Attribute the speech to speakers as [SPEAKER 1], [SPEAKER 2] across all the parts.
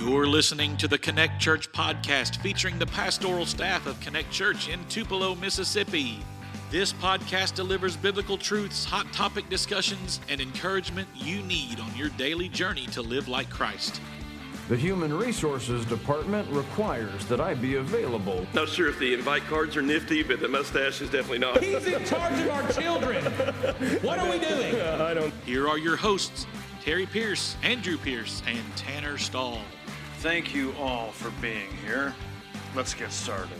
[SPEAKER 1] You're listening to the Connect Church podcast featuring the pastoral staff of Connect Church in Tupelo, Mississippi. This podcast delivers biblical truths, hot topic discussions, and encouragement you need on your daily journey to live like Christ.
[SPEAKER 2] The Human Resources Department requires that I be available.
[SPEAKER 3] Not sure if the invite cards are nifty, but the mustache is definitely not.
[SPEAKER 4] He's in charge of our children. What are we doing?
[SPEAKER 3] I don't.
[SPEAKER 1] Here are your hosts, Terry Pierce, Andrew Pierce, and Tanner Stahl.
[SPEAKER 5] Thank you all for being here. Let's get started.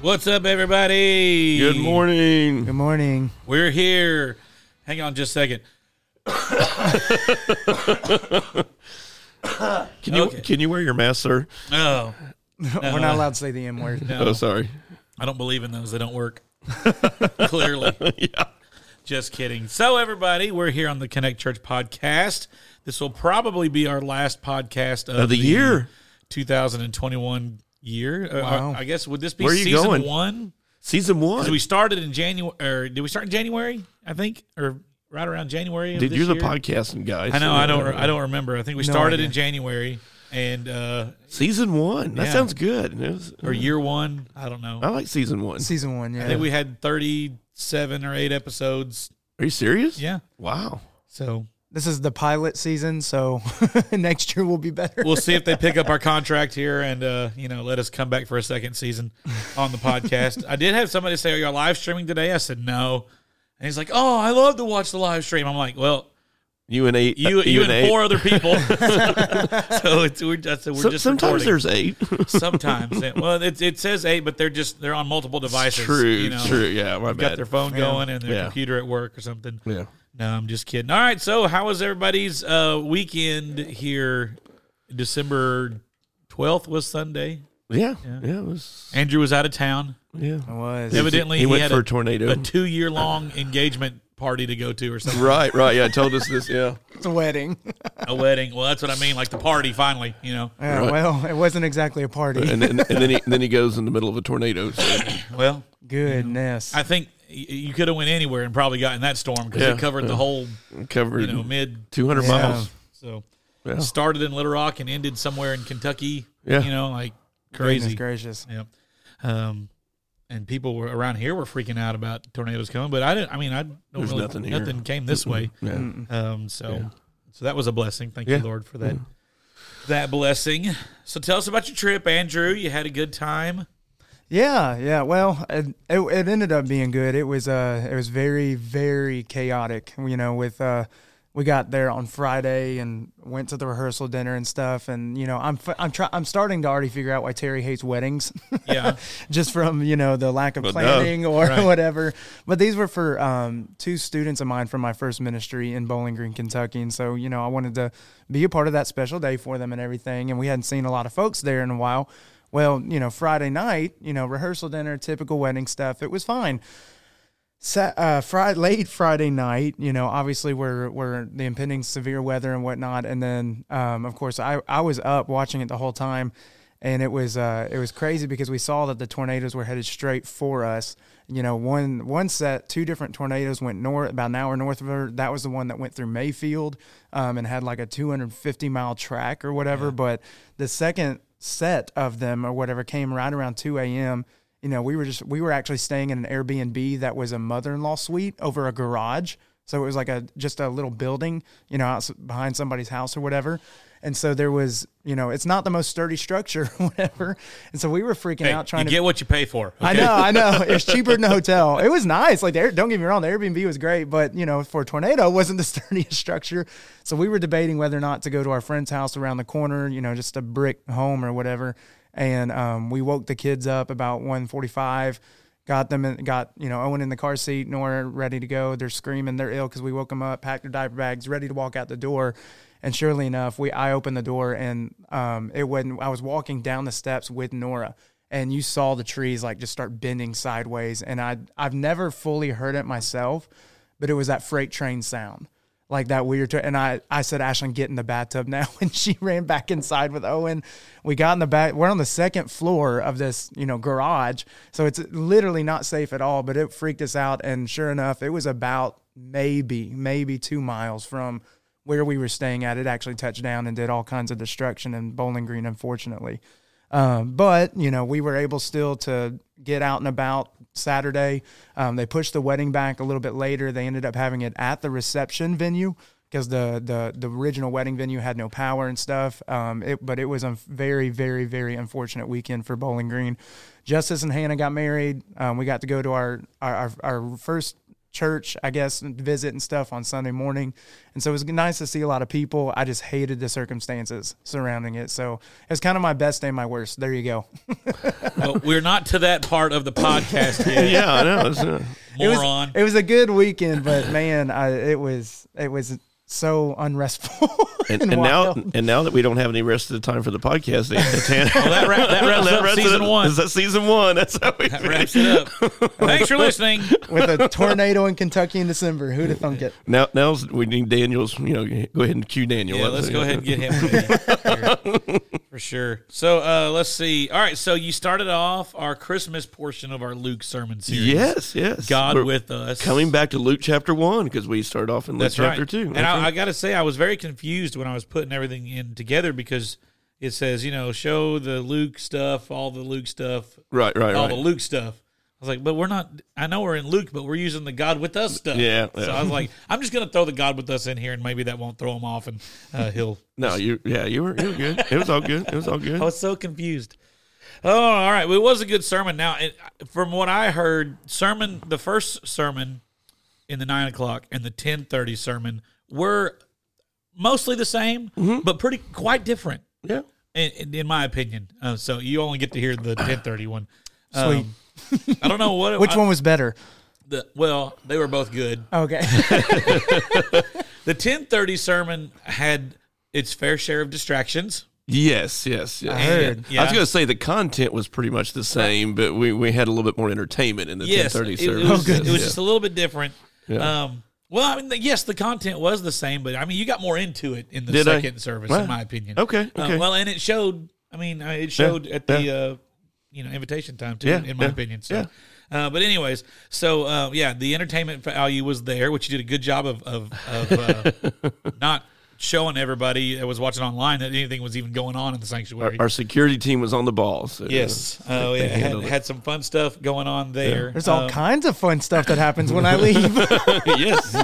[SPEAKER 6] What's up, everybody?
[SPEAKER 3] Good morning.
[SPEAKER 7] Good morning.
[SPEAKER 6] We're here. Hang on just a second.
[SPEAKER 3] Can you
[SPEAKER 6] Okay.
[SPEAKER 3] can you wear your mask, sir?
[SPEAKER 6] Oh,
[SPEAKER 7] We're not allowed to say the M word.
[SPEAKER 3] Oh, sorry.
[SPEAKER 6] I don't believe in those. They don't work. Clearly.
[SPEAKER 3] Yeah.
[SPEAKER 6] Just kidding. So, everybody, we're here on the Connect Church podcast. This will probably be our last podcast of,
[SPEAKER 3] Of the year.
[SPEAKER 6] 2021 year. Uh,
[SPEAKER 7] Wow.
[SPEAKER 6] I, I guess, would this be
[SPEAKER 3] Where are you
[SPEAKER 6] season
[SPEAKER 3] going?
[SPEAKER 6] one?
[SPEAKER 3] Season one.
[SPEAKER 6] Because we started in January, or did we start in January, I think, or right around January? Of
[SPEAKER 3] Dude,
[SPEAKER 6] this
[SPEAKER 3] you're the
[SPEAKER 6] year?
[SPEAKER 3] podcasting guy.
[SPEAKER 6] I
[SPEAKER 3] so-
[SPEAKER 6] know. I don't. I don't remember. I think we
[SPEAKER 7] No
[SPEAKER 6] started
[SPEAKER 7] idea.
[SPEAKER 6] in January and uh,
[SPEAKER 3] Season one. That
[SPEAKER 6] Yeah.
[SPEAKER 3] sounds good. It was-
[SPEAKER 6] or year one. I don't know.
[SPEAKER 3] I like season one.
[SPEAKER 7] Season one,
[SPEAKER 6] I
[SPEAKER 7] yeah.
[SPEAKER 6] think we had thirty-seven or eight episodes.
[SPEAKER 3] Are you serious?
[SPEAKER 6] Yeah.
[SPEAKER 3] Wow.
[SPEAKER 6] So
[SPEAKER 7] this is the pilot season, so next year will be better.
[SPEAKER 6] we'll see if they pick up our contract here and uh, you know let us come back for a second season on the podcast. I did have somebody say, "Are you live streaming today?" I said no, and he's like, "Oh, I love to watch the live stream." I'm like, "Well,
[SPEAKER 3] You and eight.
[SPEAKER 6] you
[SPEAKER 3] uh,
[SPEAKER 6] you, and
[SPEAKER 3] eight.
[SPEAKER 6] four other people." so it's we're just we're
[SPEAKER 3] So-
[SPEAKER 6] just recording.
[SPEAKER 3] sometimes there's eight.
[SPEAKER 6] sometimes it, well it, it says eight but they're just they're on multiple devices
[SPEAKER 3] true.
[SPEAKER 6] you know
[SPEAKER 3] True. Yeah. My
[SPEAKER 6] got
[SPEAKER 3] bad.
[SPEAKER 6] their phone going and their
[SPEAKER 3] Yeah.
[SPEAKER 6] computer at work or something
[SPEAKER 3] Yeah.
[SPEAKER 6] no i'm just kidding all right so how was everybody's uh weekend here december 12th was sunday
[SPEAKER 3] Yeah. Yeah. It was.
[SPEAKER 6] andrew was out of town
[SPEAKER 3] Yeah.
[SPEAKER 6] Oh.
[SPEAKER 7] It was.
[SPEAKER 6] evidently
[SPEAKER 3] He
[SPEAKER 6] he,
[SPEAKER 3] went
[SPEAKER 6] had
[SPEAKER 3] for
[SPEAKER 6] a,
[SPEAKER 3] a tornado.
[SPEAKER 6] a two-year-long engagement party to go to or something
[SPEAKER 3] Right. Right. Yeah. Told us this. Yeah.
[SPEAKER 7] It's a wedding.
[SPEAKER 6] a wedding well that's what i mean like the party finally you know
[SPEAKER 7] Yeah, Well, it wasn't exactly a party.
[SPEAKER 3] and then and then he then he goes in the middle of a tornado. So.
[SPEAKER 6] well
[SPEAKER 7] Goodness.
[SPEAKER 6] i think y- you could have went anywhere and probably gotten that storm because
[SPEAKER 3] Yeah.
[SPEAKER 6] it covered the whole
[SPEAKER 3] covered
[SPEAKER 6] you know mid
[SPEAKER 3] 200
[SPEAKER 7] Yeah.
[SPEAKER 3] miles.
[SPEAKER 6] So
[SPEAKER 3] Yeah.
[SPEAKER 6] started in Little Rock and ended somewhere in Kentucky.
[SPEAKER 3] Yeah.
[SPEAKER 6] You know, like
[SPEAKER 7] Goodness
[SPEAKER 6] crazy.
[SPEAKER 7] gracious.
[SPEAKER 6] Yep. Um, and people were around here were freaking out about tornadoes coming, but I didn't. I mean, I don't
[SPEAKER 3] There's
[SPEAKER 6] really
[SPEAKER 3] nothing here.
[SPEAKER 6] came this way. Um, so so that was a blessing. Thank
[SPEAKER 3] Yeah. Mm.
[SPEAKER 6] you, Lord, for that that blessing. So tell us about your trip, Andrew. You had a good time.
[SPEAKER 7] Yeah, yeah. Well, it, it, it ended up being good. It was uh, it was very very chaotic. You know, with uh, we got there on Friday and went to the rehearsal dinner and stuff. And you know, I'm f- I'm try- I'm starting to already figure out why Terry hates weddings.
[SPEAKER 6] Yeah.
[SPEAKER 7] just from you know the lack of
[SPEAKER 3] But no.
[SPEAKER 7] planning or
[SPEAKER 6] Right.
[SPEAKER 7] whatever. But these were for um, two students of mine from my first ministry in Bowling Green, Kentucky, and so you know I wanted to be a part of that special day for them and everything. And we hadn't seen a lot of folks there in a while. Well, you know, Friday night, you know, rehearsal dinner, typical wedding stuff. It was fine. Sa- uh, Friday, late Friday night, you know, obviously we're, we're the impending severe weather and whatnot. And then, um, of course I, I was up watching it the whole time and it was, uh, it was crazy because we saw that the tornadoes were headed straight for us. You know, one, one set, two different tornadoes went north about an hour north of her. That was the one that went through Mayfield, um, and had like a 250 mile track or whatever. But the second set of them or whatever came right around 2 a.m you know, we were just we were actually staying in an Airbnb that was a mother-in-law suite over a garage. So it was like a just a little building, you know, out behind somebody's house or whatever. And so there was, you know, it's not the most sturdy structure, or whatever. And so we were freaking
[SPEAKER 6] Hey,
[SPEAKER 7] out
[SPEAKER 6] you
[SPEAKER 7] trying to
[SPEAKER 6] get what you pay for.
[SPEAKER 7] I
[SPEAKER 6] okay?
[SPEAKER 7] know, I know. It's cheaper than a hotel. It was nice. Like, the, Air- don't get me wrong, the Airbnb was great, but you know, for a tornado, it wasn't the sturdiest structure. So we were debating whether or not to go to our friend's house around the corner. You know, just a brick home or whatever. And um, we woke the kids up about 1:45. Got them, in, got you know Owen in the car seat, Nora ready to go. They're screaming, they're ill because we woke them up, packed their diaper bags, ready to walk out the door. And surely enough, we I opened the door and um, it wasn't. I was walking down the steps with Nora, and you saw the trees like just start bending sideways and I I've never fully heard it myself but it was that freight train sound like that weird tra- and I I said Ashlyn get in the bathtub now and she ran back inside with Owen we got in the back we're on the second floor of this you know garage so it's literally not safe at all but it freaked us out and sure enough it was about maybe maybe 2 miles from where we were staying at, it actually touched down and did all kinds of destruction in Bowling Green, unfortunately. Um, but you know, we were able still to get out and about Saturday. Um, they pushed the wedding back a little bit later. They ended up having it at the reception venue because the, the the original wedding venue had no power and stuff. Um, it, but it was a very very very unfortunate weekend for Bowling Green. Justice and Hannah got married. Um, we got to go to our our, our, our first church, I guess, visit and stuff on Sunday morning. And so it was nice to see a lot of people. I just hated the circumstances surrounding it. So it's kind of my best and my worst. There you go.
[SPEAKER 6] Well, we're not to that part of the podcast yet,
[SPEAKER 8] Yeah, I know. It's, uh,
[SPEAKER 6] moron.
[SPEAKER 7] It was a good weekend, but man, I, it was it was so unrestful.
[SPEAKER 8] and,
[SPEAKER 7] and
[SPEAKER 8] and now,
[SPEAKER 7] wild.
[SPEAKER 8] and now that we don't have any rest of the time for the podcast, they, they-
[SPEAKER 6] that, wrap, that wraps
[SPEAKER 8] that
[SPEAKER 6] up
[SPEAKER 8] wraps it
[SPEAKER 6] season
[SPEAKER 8] up.
[SPEAKER 6] one.
[SPEAKER 8] Is that season one? That's how we
[SPEAKER 6] wraps it up. Thanks for listening.
[SPEAKER 7] with a tornado in Kentucky in December, who'd have thunk it?
[SPEAKER 8] Now, now we need Daniel's. You know, go ahead and cue Daniel.
[SPEAKER 6] Yeah, let's go ahead and get him in here, for sure. So uh, let's see. All right, so you started off our Christmas portion of our Luke sermon series.
[SPEAKER 8] Yes, yes.
[SPEAKER 6] God
[SPEAKER 8] We're
[SPEAKER 6] with us.
[SPEAKER 8] coming back to Luke chapter one because we started off in Luke
[SPEAKER 6] That's
[SPEAKER 8] chapter
[SPEAKER 6] right.
[SPEAKER 8] two.
[SPEAKER 6] And
[SPEAKER 8] That's
[SPEAKER 6] I,
[SPEAKER 8] right.
[SPEAKER 6] I got to say, I was very confused when I was putting everything in together because it says, you know, show the Luke stuff, all the Luke stuff,
[SPEAKER 8] right, right,
[SPEAKER 6] all
[SPEAKER 8] right.
[SPEAKER 6] the Luke stuff. I was like, but we're not. I know we're in Luke, but we're using the God with us stuff.
[SPEAKER 8] Yeah, yeah.
[SPEAKER 6] So I was like, I'm just gonna throw the God with us in here, and maybe that won't throw him off, and uh, he'll
[SPEAKER 8] no, you. Yeah, you were. You were good. It was all good. It was all good.
[SPEAKER 6] I was so confused. Oh, all right. Well, it was a good sermon. Now, it, from what I heard, sermon the first sermon in the nine o'clock and the ten thirty sermon were mostly the same,
[SPEAKER 7] Mm-hmm.
[SPEAKER 6] but pretty quite different,
[SPEAKER 8] yeah.
[SPEAKER 6] in, in, in my opinion. Uh, so you only get to hear the ten thirty one.
[SPEAKER 7] Sweet.
[SPEAKER 6] Um, I don't know what
[SPEAKER 7] Which
[SPEAKER 6] I-
[SPEAKER 7] one was better?
[SPEAKER 6] The, well, they were both good.
[SPEAKER 7] Okay.
[SPEAKER 6] The ten thirty sermon had its fair share of distractions.
[SPEAKER 8] Yes, yes, yes.
[SPEAKER 7] heard.
[SPEAKER 8] I was going to say the content was pretty much the same, but we, we had a little bit more entertainment in the
[SPEAKER 6] yes,
[SPEAKER 8] 1030
[SPEAKER 6] it,
[SPEAKER 8] service.
[SPEAKER 6] It was,
[SPEAKER 8] Yes,
[SPEAKER 6] it was
[SPEAKER 8] yeah.
[SPEAKER 6] just a little bit different.
[SPEAKER 8] Yeah.
[SPEAKER 6] Um, well, I mean, the, yes, the content was the same, but I mean, you got more into it in the
[SPEAKER 8] Did I?
[SPEAKER 6] second service,
[SPEAKER 8] Well,
[SPEAKER 6] in my opinion.
[SPEAKER 8] okay,
[SPEAKER 6] Uh,
[SPEAKER 8] okay.
[SPEAKER 6] well, and it showed. I mean, uh, it showed at the uh, you know invitation time too,
[SPEAKER 8] Yeah,
[SPEAKER 6] in my
[SPEAKER 8] yeah,
[SPEAKER 6] opinion. So.
[SPEAKER 8] yeah.
[SPEAKER 6] Uh, but anyways, so uh, yeah, the entertainment value was there, which you did a good job of of, of uh, not showing everybody that was watching online that anything was even going on in the sanctuary.
[SPEAKER 8] Our security team was on the ball. So
[SPEAKER 6] yes, oh yeah, had, had some fun stuff going on there.
[SPEAKER 7] There's all
[SPEAKER 6] Um,
[SPEAKER 7] kinds of fun stuff that happens when I leave.
[SPEAKER 8] yes.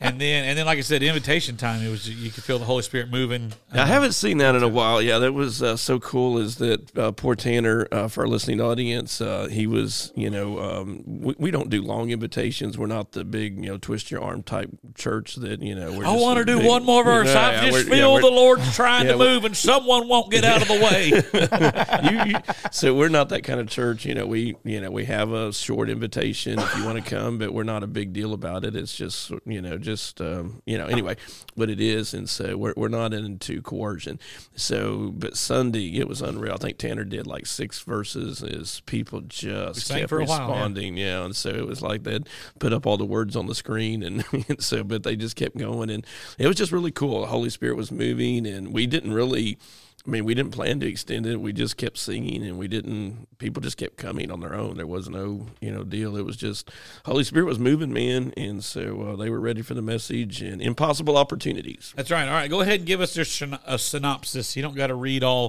[SPEAKER 6] and then and then like I said, invitation time. It was you could feel the Holy Spirit moving.
[SPEAKER 8] I haven't seen that in a while. Yeah, that was uh, so cool. Is that uh, poor Tanner uh, for our listening audience? Uh, he was, you know, um, we, we don't do long invitations. We're not the big, you know, twist your arm type church that you know. We're
[SPEAKER 6] I
[SPEAKER 8] just
[SPEAKER 6] want to
[SPEAKER 8] the
[SPEAKER 6] do
[SPEAKER 8] big-
[SPEAKER 6] one more verse.
[SPEAKER 8] Yeah,
[SPEAKER 6] I
[SPEAKER 8] yeah,
[SPEAKER 6] just
[SPEAKER 8] we're- yeah,
[SPEAKER 6] feel
[SPEAKER 8] we're-
[SPEAKER 6] the Lord's trying
[SPEAKER 8] yeah,
[SPEAKER 6] to
[SPEAKER 8] we're-
[SPEAKER 6] move, and someone won't get out of the way.
[SPEAKER 8] you, you, so we're not that kind of church. You know, we you know we have a short invitation if you want to come, but we're not a big deal about it. It's just you know just um, you know anyway what it is, and so we're we're not into coercion. So, but Sunday it was unreal. I think Tanner did like six verses. Is people just
[SPEAKER 6] sang
[SPEAKER 8] kept
[SPEAKER 6] for a while, yeah.
[SPEAKER 8] responding, yeah, and so it was like they'd put up all the words on the screen, and, and so but they just kept going, and it was just really cool. The Holy Spirit was moving, and we didn't really. I mean, we didn't plan to extend it. We just kept singing, and we didn't. People just kept coming on their own. There was no, you know, deal. It was just Holy Spirit was moving, man, and so uh, they were ready for the message and impossible opportunities.
[SPEAKER 6] That's right. All right, go ahead and give us your syn- a synopsis. You don't got to read all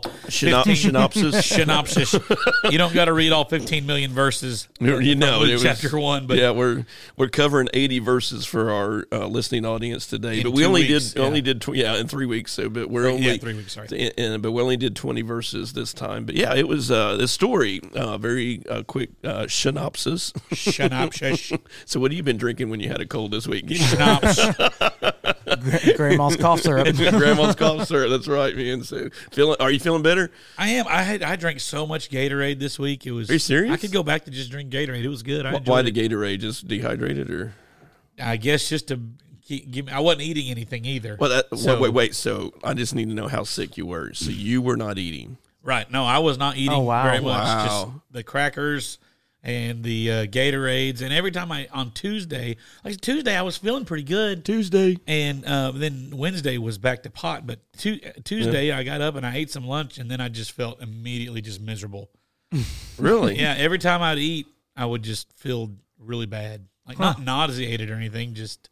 [SPEAKER 8] Synop-
[SPEAKER 6] 15
[SPEAKER 8] synopsis?
[SPEAKER 6] synopsis. You don't got to read all fifteen million verses.
[SPEAKER 8] You know,
[SPEAKER 6] Luke
[SPEAKER 8] it was-
[SPEAKER 6] chapter one, but
[SPEAKER 8] yeah, we're we're covering eighty verses for our uh, listening audience today,
[SPEAKER 6] In
[SPEAKER 8] but we
[SPEAKER 6] two
[SPEAKER 8] only
[SPEAKER 6] weeks,
[SPEAKER 8] did
[SPEAKER 6] yeah.
[SPEAKER 8] only did tw- yeah in three weeks. So, but we're only
[SPEAKER 6] yeah, three weeks, sorry.
[SPEAKER 8] and, and- but we only did twenty verses this time. But yeah, it was uh, the story. Uh, very uh, quick uh, synopsis.
[SPEAKER 6] synopsis.
[SPEAKER 8] so, what have you been drinking when you had a cold this week?
[SPEAKER 6] synopsis.
[SPEAKER 7] Grandma's cough syrup.
[SPEAKER 8] Grandma's cough syrup. That's right, man. So, feeling? Are you feeling better?
[SPEAKER 6] I am. I had. I drank so much Gatorade this week. It was. Are
[SPEAKER 8] you serious?
[SPEAKER 6] I could go back to just drink Gatorade. It was good. I
[SPEAKER 8] Why,
[SPEAKER 6] enjoyed
[SPEAKER 8] why
[SPEAKER 6] it.
[SPEAKER 8] the Gatorade? Just dehydrated or?
[SPEAKER 6] I guess just to keep, give me. I wasn't eating anything either.
[SPEAKER 8] Well, that,
[SPEAKER 6] So-
[SPEAKER 8] wait, wait, wait. So, I just need to know how sick you were. So, you were not eating.
[SPEAKER 6] Right. No, I was not eating
[SPEAKER 7] Oh, wow.
[SPEAKER 6] very much.
[SPEAKER 8] Wow.
[SPEAKER 6] Just the crackers and the uh, Gatorades. And every time I, on Tuesday, like Tuesday, I was feeling pretty good.
[SPEAKER 8] Tuesday.
[SPEAKER 6] And uh, then Wednesday was back to pot. But tu- uh, Tuesday, I got up and I ate some lunch and then I just felt immediately just miserable.
[SPEAKER 8] Really?
[SPEAKER 6] Yeah. Every time I'd eat, I would just feel really bad. Like not nauseated or anything, just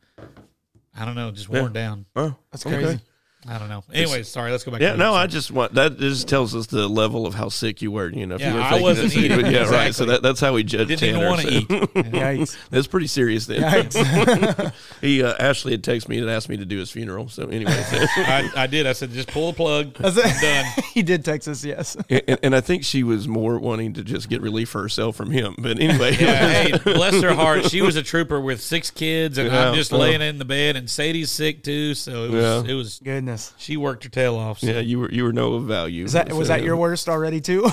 [SPEAKER 6] I don't know, just worn down.
[SPEAKER 8] Oh,
[SPEAKER 7] That's crazy.
[SPEAKER 6] I don't know. Anyways, sorry, let's go back.
[SPEAKER 8] Yeah,
[SPEAKER 6] to
[SPEAKER 8] no,
[SPEAKER 6] the-
[SPEAKER 8] I just want that just tells us the level of how sick you were. You know, if
[SPEAKER 6] Yeah,
[SPEAKER 8] you were
[SPEAKER 6] I
[SPEAKER 8] faking
[SPEAKER 6] wasn't
[SPEAKER 8] it, so you
[SPEAKER 6] eating,
[SPEAKER 8] would- Yeah, right. So
[SPEAKER 6] exactly.
[SPEAKER 8] that, that's how we judge
[SPEAKER 6] didn't even
[SPEAKER 8] Tanner.
[SPEAKER 6] want to
[SPEAKER 8] so-
[SPEAKER 6] eat.
[SPEAKER 7] Yikes.
[SPEAKER 8] That's pretty serious. Then
[SPEAKER 7] Yikes.
[SPEAKER 8] he uh, Ashley had texted me and asked me to do his funeral. So anyway, so-
[SPEAKER 6] I, I did. I said, just pull the plug.
[SPEAKER 7] That's it.
[SPEAKER 6] I'm done.
[SPEAKER 7] he did Texas, yes.
[SPEAKER 8] and, and I think she was more wanting to just get relief for herself from him. But anyway,
[SPEAKER 6] Yeah, hey, bless her heart. She was a trooper with six kids, and I'm
[SPEAKER 8] Yeah,
[SPEAKER 6] just
[SPEAKER 8] well.
[SPEAKER 6] laying in the bed. And Sadie's sick too, so it was.
[SPEAKER 8] Yeah.
[SPEAKER 6] It was.
[SPEAKER 7] Goodness.
[SPEAKER 6] She worked her tail off. So.
[SPEAKER 8] yeah, you were you were no value.
[SPEAKER 7] Is that was that your worst already too?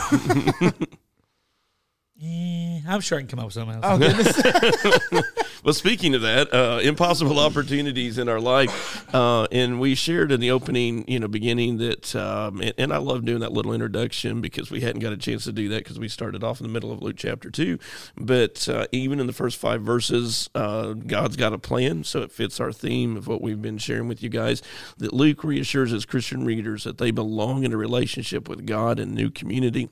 [SPEAKER 6] Eh, I'm sure I can come up with something else.
[SPEAKER 7] oh goodness.
[SPEAKER 8] Well, speaking of that, uh, impossible opportunities in our life, uh, and we shared in the opening, you know, beginning that, um, and, and I love doing that little introduction because we hadn't got a chance to do that because we started off in the middle of Luke chapter two, but uh, even in the first five verses, uh, God's got a plan, so it fits our theme of what we've been sharing with you guys. That Luke reassures his Christian readers that they belong in a relationship with God and new community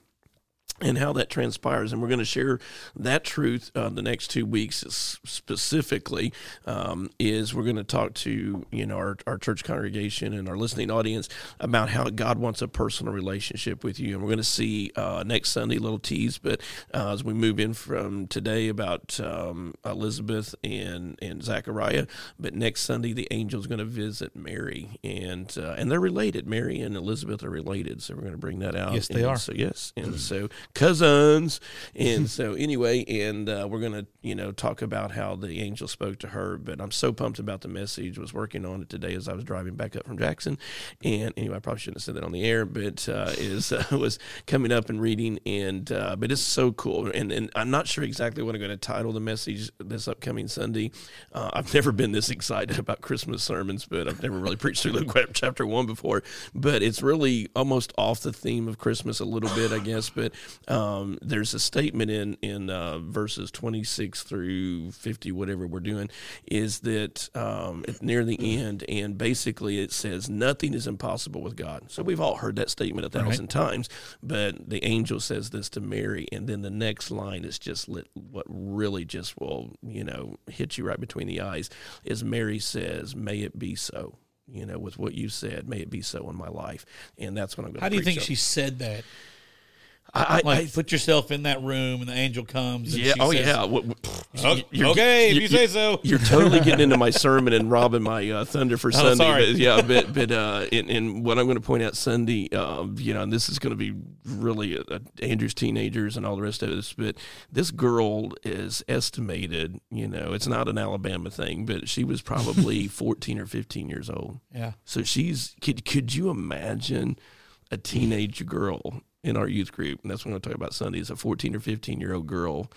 [SPEAKER 8] and how that transpires. And we're going to share that truth uh, the next two weeks s- specifically um, is we're going to talk to, you know, our, our church congregation and our listening audience about how God wants a personal relationship with you. And we're going to see uh, next Sunday, little tease, but uh, as we move in from today about um, Elizabeth and, and Zachariah, but next Sunday, the angel's going to visit Mary and, uh, and they're related. Mary and Elizabeth are related. So we're going to bring that out.
[SPEAKER 6] Yes, they
[SPEAKER 8] And
[SPEAKER 6] are.
[SPEAKER 8] so so yes, and so cousins, and so anyway, and uh, we're gonna you know talk about how the angel spoke to her. But I'm so pumped about the message. Was working on it today as I was driving back up from Jackson, and anyway, I probably shouldn't have said that on the air, but uh, is uh, was coming up and reading, and uh, but it's so cool. And and I'm not sure exactly what I'm going to title the message this upcoming Sunday. Uh, I've never been this excited about Christmas sermons, but I've never really preached through Luke chapter one before. But it's really almost off the theme of Christmas a little bit, I guess. But um, there's a statement in in uh, verses 26 through 50, whatever we're doing, is that um, it's near the end, and basically it says nothing is impossible with God. So we've all heard that statement a thousand times, but the angel says this to Mary, and then the next line is just lit, what really just will you know hit you right between the eyes is Mary says, "May it be so." You know, with what you said, may it be so in my life, and that's what I'm going.
[SPEAKER 6] How do you think she said that?
[SPEAKER 8] I, I,
[SPEAKER 6] Like, put yourself in that room, and the angel comes. And
[SPEAKER 8] yeah.
[SPEAKER 6] she
[SPEAKER 8] Oh
[SPEAKER 6] says,
[SPEAKER 8] yeah. What- what-
[SPEAKER 6] "Oh,
[SPEAKER 8] you're-
[SPEAKER 6] okay, if
[SPEAKER 8] you're-
[SPEAKER 6] you say so.
[SPEAKER 8] You're totally getting into my sermon and robbing my uh, thunder for Sunday.
[SPEAKER 6] Oh, sorry.
[SPEAKER 8] But, yeah, but but uh, and, and what I'm going to point out Sunday, uh, you know, and this is going to be really uh, Andrew's teenagers and all the rest of this. But this girl is estimated, you know, it's not an Alabama thing, but she was probably 14 or 15 years old.
[SPEAKER 6] Yeah.
[SPEAKER 8] So she's could could you imagine a teenage girl in our youth group? And that's what I'm going to talk about Sunday is a 14 or 15 year old girl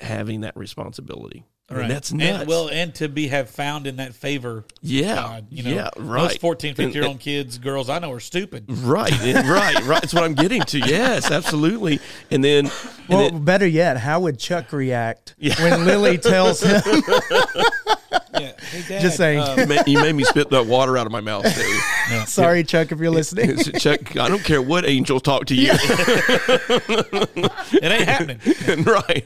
[SPEAKER 8] having that responsibility. I mean, that's nuts.
[SPEAKER 6] And, well, and to be have found in that favor,
[SPEAKER 8] yeah,
[SPEAKER 6] God, you know,
[SPEAKER 8] yeah, right.
[SPEAKER 6] Most 14, 15 year
[SPEAKER 8] And-
[SPEAKER 6] old kids, girls I know are stupid.
[SPEAKER 8] Right, and- right, right. That's what I'm getting to. Yes, absolutely. And then, and
[SPEAKER 7] Well,
[SPEAKER 8] then-
[SPEAKER 7] better yet, how would Chuck react when Lily tells him?
[SPEAKER 6] Yeah. Hey, Dad,
[SPEAKER 7] Just saying.
[SPEAKER 6] uh,
[SPEAKER 8] you, made, you made me spit that water out of my mouth. Dave.
[SPEAKER 7] Sorry, Chuck, if you're listening.
[SPEAKER 8] Chuck, I don't care what angel talk to you.
[SPEAKER 6] it ain't happening.
[SPEAKER 8] right.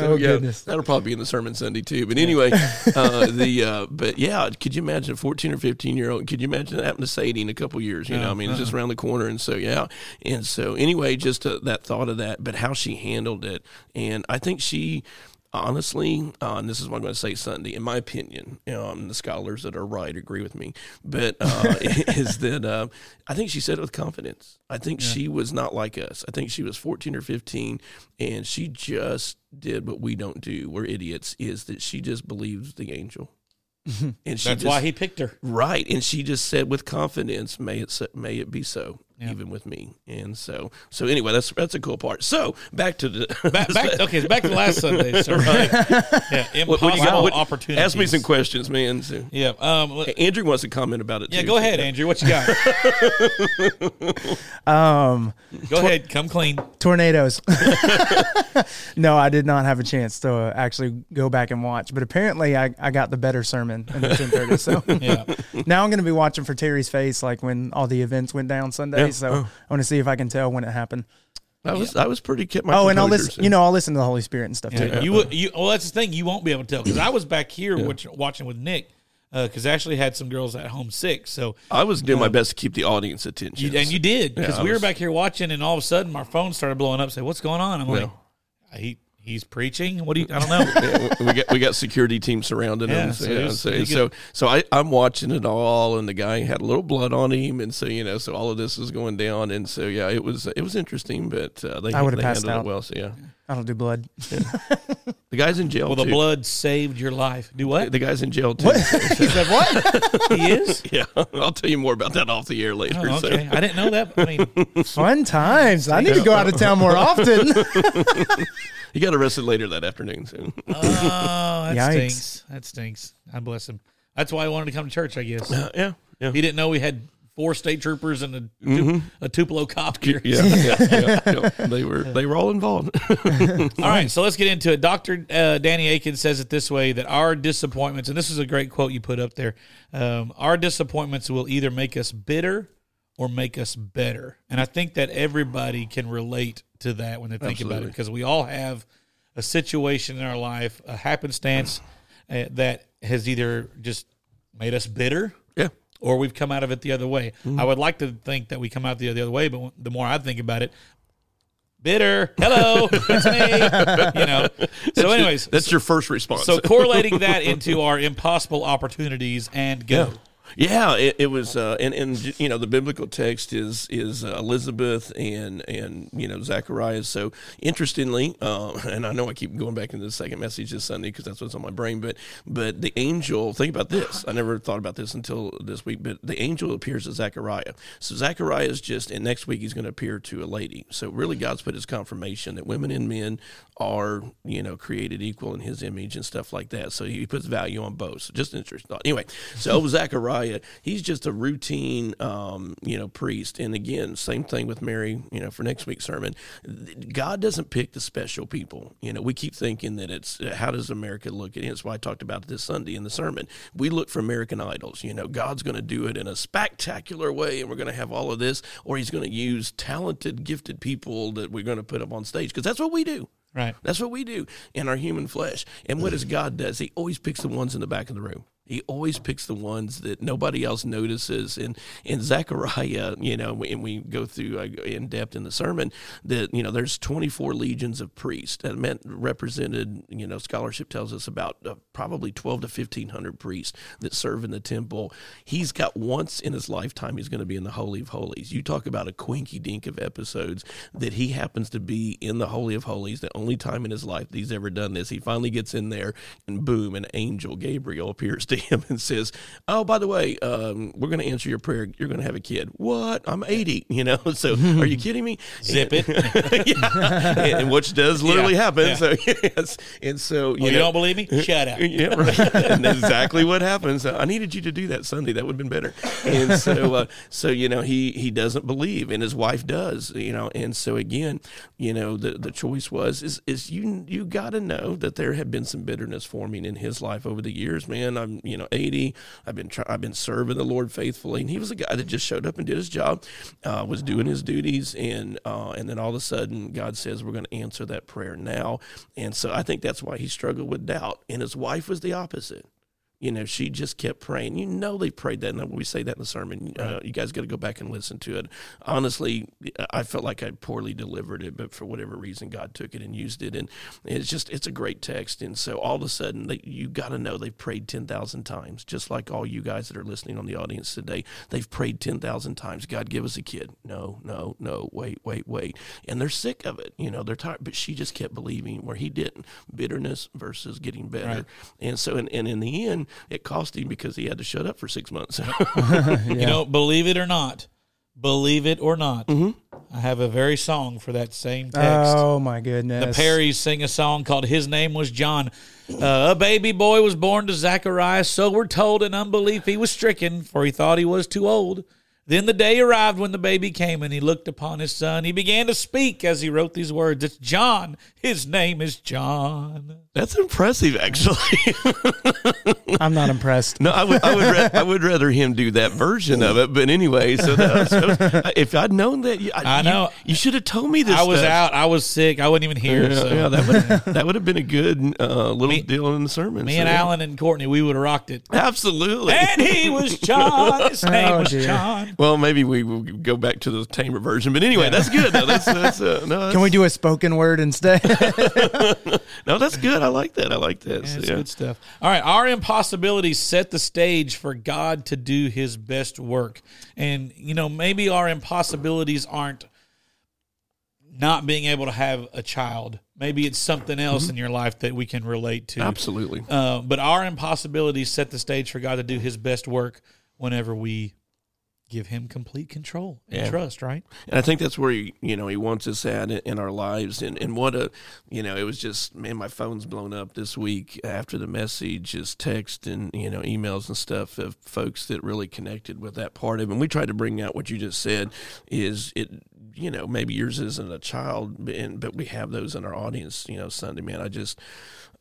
[SPEAKER 7] oh goodness.
[SPEAKER 8] That'll probably be in the sermon Sunday too. But anyway, uh, the uh, but yeah, could you imagine a fourteen or fifteen year old? Could you imagine that happened to Sadie in a couple years? You know, I mean, it's
[SPEAKER 6] Uh-huh.
[SPEAKER 8] just around the corner, and so yeah, and so anyway, just uh, that thought of that, but how she handled it, and I think she. Honestly, uh, and this is what I'm going to say Sunday, in my opinion, um, the scholars that are right agree with me, but uh, is that uh, I think she said it with confidence. I think she was not like us. I think she was 14 or 15, and she just did what we don't do. We're idiots. Is that she just believes the angel, and she
[SPEAKER 6] Mm-hmm. That's
[SPEAKER 8] just,
[SPEAKER 6] why he picked her.
[SPEAKER 8] right, and she just said with confidence, "May it so, may it be so." Even with me, and so so anyway, that's that's a cool part. So back to the
[SPEAKER 6] Back, back, okay, it's back to last Sunday. Sir. Yeah,
[SPEAKER 8] What-
[SPEAKER 6] impossible
[SPEAKER 8] what do you got? What-
[SPEAKER 6] opportunities.
[SPEAKER 8] Ask me some questions, man. So,
[SPEAKER 6] Yeah. Um, let-
[SPEAKER 8] Andrew wants to comment about it.
[SPEAKER 6] yeah,
[SPEAKER 8] too,
[SPEAKER 6] go
[SPEAKER 8] so-
[SPEAKER 6] ahead, Andrew. What you got?
[SPEAKER 7] Um
[SPEAKER 6] Go ahead. Come clean.
[SPEAKER 7] tornadoes. no, I did not have a chance to uh, actually go back and watch, but apparently I, I got the better sermon in the 1030. So
[SPEAKER 6] Yeah.
[SPEAKER 7] now I'm going to be watching for Terry's face, like when all the events went down Sunday.
[SPEAKER 8] Yeah.
[SPEAKER 7] So
[SPEAKER 8] Oh.
[SPEAKER 7] I want to see if I can tell when it happened.
[SPEAKER 8] I was I was pretty kept my.
[SPEAKER 7] Oh, and I'll
[SPEAKER 8] composure, so-
[SPEAKER 7] listen, you know, I'll listen to the Holy Spirit and stuff too.
[SPEAKER 6] oh, You, you, well, that's the thing. You won't be able to tell because I was back here which, watching with Nick. because I actually had some girls at home sick. So
[SPEAKER 8] I was
[SPEAKER 7] uh,
[SPEAKER 8] doing my best to keep the audience attention.
[SPEAKER 6] you, and you did because
[SPEAKER 8] Yeah, I
[SPEAKER 6] we were
[SPEAKER 8] was-
[SPEAKER 6] back here watching, and all of a sudden my phone started blowing up. Say, what's going on? I'm like, he he's preaching. What do you? I don't know.
[SPEAKER 8] Yeah, we- we got we got security team surrounding
[SPEAKER 6] Yeah,
[SPEAKER 8] him.
[SPEAKER 6] so
[SPEAKER 8] So,
[SPEAKER 6] it
[SPEAKER 8] yeah,
[SPEAKER 6] was
[SPEAKER 8] so,
[SPEAKER 6] pretty
[SPEAKER 8] so, so I I'm watching it all, and the guy had a little blood on him, and so you know, so all of this is going down, and so yeah, it was it was interesting, but uh, they
[SPEAKER 7] I would've
[SPEAKER 8] they
[SPEAKER 7] passed
[SPEAKER 8] handled
[SPEAKER 7] out.
[SPEAKER 8] it well. So yeah,
[SPEAKER 7] I don't do blood.
[SPEAKER 8] the guy's in jail.
[SPEAKER 6] well, the
[SPEAKER 8] too.
[SPEAKER 6] blood saved your life. Do what?
[SPEAKER 8] The guy's in jail too.
[SPEAKER 7] He said, "What?
[SPEAKER 6] he is.
[SPEAKER 8] Yeah, I'll tell you more about that off the air later.
[SPEAKER 6] Oh,
[SPEAKER 8] so.
[SPEAKER 6] okay, I didn't know that. I mean, oh,
[SPEAKER 7] Fun times. I need to go out of town more often."
[SPEAKER 8] He got arrested later that afternoon. So.
[SPEAKER 6] Oh, that
[SPEAKER 7] Yikes.
[SPEAKER 6] stinks. That stinks. I bless him. That's why I wanted to come to church, I guess.
[SPEAKER 8] Uh, yeah, yeah.
[SPEAKER 6] He didn't know we had four state troopers and a, tu- a Tupelo cop here.
[SPEAKER 8] Mm-hmm. Yeah, yeah, yeah, yeah. they were they were all involved.
[SPEAKER 6] All right, so let's get into it. Dr. Uh, Danny Aiken says it this way that our disappointments, and this is a great quote you put up there, um, our disappointments will either make us bitter or make us better. And I think that everybody can relate to that when they think about it
[SPEAKER 8] Absolutely.
[SPEAKER 6] because we all have a situation in our life, a happenstance uh, that has either just made us bitter
[SPEAKER 8] yeah,
[SPEAKER 6] or we've come out of it the other way.
[SPEAKER 8] Mm-hmm.
[SPEAKER 6] I would like to think that we come out the, the other way, but the more I think about it, bitter. Hello, it's me. You know. So, anyways,
[SPEAKER 8] that's your first response.
[SPEAKER 6] so correlating that into our impossible opportunities and go.
[SPEAKER 8] Yeah, it, it was, uh, and and you know the biblical text is is uh, Elizabeth and and you know Zacharias. So interestingly, uh, and I know I keep going back into the second message this Sunday because that's what's on my brain. But but the angel, think about this. I never thought about this until this week. But the angel appears to Zachariah. So Zachariah is just, and next week he's going to appear to a lady. So really, God's put his confirmation that women and men are you know created equal in His image and stuff like that. So he puts value on both. So just an interesting thought. Anyway, so Zachariah, he's just a routine um, you know priest. And again, same thing with Mary. You know, for next week's sermon, God doesn't pick the special people. You know, we keep thinking that it's uh, how does America look? And it's why I talked about this Sunday in the sermon. We look for American idols. You know, God's going to do it in a spectacular way, and we're going to have all of this, or He's going to use talented, gifted people that we're going to put up on stage because that's what we do.
[SPEAKER 6] Right.
[SPEAKER 8] That's what we do in our human flesh. And what does God does? He always picks the ones in the back of the room. He always picks the ones that nobody else notices. And and Zechariah, you know, and we go through uh, in depth in the sermon that you know there's 24 legions of priests that meant represented. You know, scholarship tells us about uh, probably 12 to 1500 priests that serve in the temple. He's got once in his lifetime he's going to be in the holy of holies. You talk about a quinky dink of episodes that he happens to be in the holy of holies. The only time in his life that he's ever done this, he finally gets in there, and boom, an angel Gabriel appears to him and says, "Oh, by the way, um, we're going to answer your prayer. You're going to have a kid. What? I'm 80. You know? So are you kidding me?
[SPEAKER 6] Zip it.
[SPEAKER 8] yeah, and, which does literally
[SPEAKER 6] Yeah,
[SPEAKER 8] happen.
[SPEAKER 6] yeah. Oh,
[SPEAKER 8] So yes, and so you
[SPEAKER 6] You,
[SPEAKER 8] know.
[SPEAKER 6] don't believe me? Shut up.
[SPEAKER 8] Yeah, right. and that's exactly what happens. I needed you to do that Sunday. That would have been better. And so, uh, so you know, he he doesn't believe, and his wife does. You know, and so again, you know, the the choice was is is you you got to know that there had been some bitterness forming in his life over the years. Man, I'm you know eighty. I've been try- I've been serving the Lord faithfully, and he was a guy that just showed up and did his job, uh, was doing his duties, and uh, and then all of a sudden God says we're going to answer that prayer now, and so I think that's why he struggled with doubt, and his wife was the opposite. You know, she just kept praying. You know, they prayed that, and we say that in the sermon. Uh, you guys got to go back and listen to it. Honestly, I felt like I poorly delivered it, but for whatever reason, God took it and used it, and it's just it's a great text. And so all of a sudden, they, you got to know they've prayed ten thousand times, just like all you guys that are listening on the audience today. They've prayed ten thousand times. God, give us a kid. No, no, no. Wait, wait, wait. And they're sick of it. You know, they're tired. But she just kept believing where he didn't. Bitterness versus getting better. And so, and, and in the end, it cost him because he had to shut up for six months.
[SPEAKER 6] You know, believe it or not, believe it or not,
[SPEAKER 8] Mm-hmm.
[SPEAKER 6] I have a very song for that same text.
[SPEAKER 7] Oh my goodness.
[SPEAKER 6] The Perrys sing a song called His Name Was John. Uh, a baby boy was born to Zacharias, so we're told in unbelief he was stricken, for he thought he was too old. Then the day arrived when the baby came, and he looked upon his son. He began to speak as he wrote these words. It's John. His name is John.
[SPEAKER 8] That's impressive, actually.
[SPEAKER 7] I'm not impressed.
[SPEAKER 8] no, I would, I would, ra- I would rather him do that version of it. But anyway, so, that, so if I'd known that, you-
[SPEAKER 6] I know.
[SPEAKER 8] you, you should have told me this.
[SPEAKER 6] I was
[SPEAKER 8] stuff.
[SPEAKER 6] out. I was sick. I wasn't even here.
[SPEAKER 8] Yeah,
[SPEAKER 6] so.
[SPEAKER 8] yeah, that would that would have been a good uh, little
[SPEAKER 6] Me-
[SPEAKER 8] deal in the sermon.
[SPEAKER 6] Me
[SPEAKER 8] so
[SPEAKER 6] and
[SPEAKER 8] yeah.
[SPEAKER 6] Alan and Courtney, we would have rocked it.
[SPEAKER 8] absolutely.
[SPEAKER 6] And he was John. His name
[SPEAKER 7] Oh,
[SPEAKER 6] was
[SPEAKER 7] dear.
[SPEAKER 6] John.
[SPEAKER 8] well, maybe we will go back to the tamer version, but anyway, that's good. Though. That's that's uh, no. That's,
[SPEAKER 7] Can we do a spoken word instead?
[SPEAKER 8] No, that's good. I like that. I like that.
[SPEAKER 6] Yeah,
[SPEAKER 8] So,
[SPEAKER 6] it's
[SPEAKER 8] yeah.
[SPEAKER 6] good stuff. All right, our impossibilities set the stage for God to do His best work, and you know maybe our impossibilities aren't not being able to have a child. Maybe it's something else
[SPEAKER 7] Mm-hmm.
[SPEAKER 6] in your life that we can relate to.
[SPEAKER 8] Absolutely.
[SPEAKER 6] Uh, but our impossibilities set the stage for God to do His best work whenever we give Him complete control and trust. Right?
[SPEAKER 8] And I think that's where he, you know, he wants us at in, in our lives. And and what a, you know, it was just man, my phone's blown up this week after the message is text and you know emails and stuff of folks that really connected with that part of. it. And we tried to bring out what you just said is it, you know, maybe yours isn't a child, and but we have those in our audience. You know, Sunday man, I just.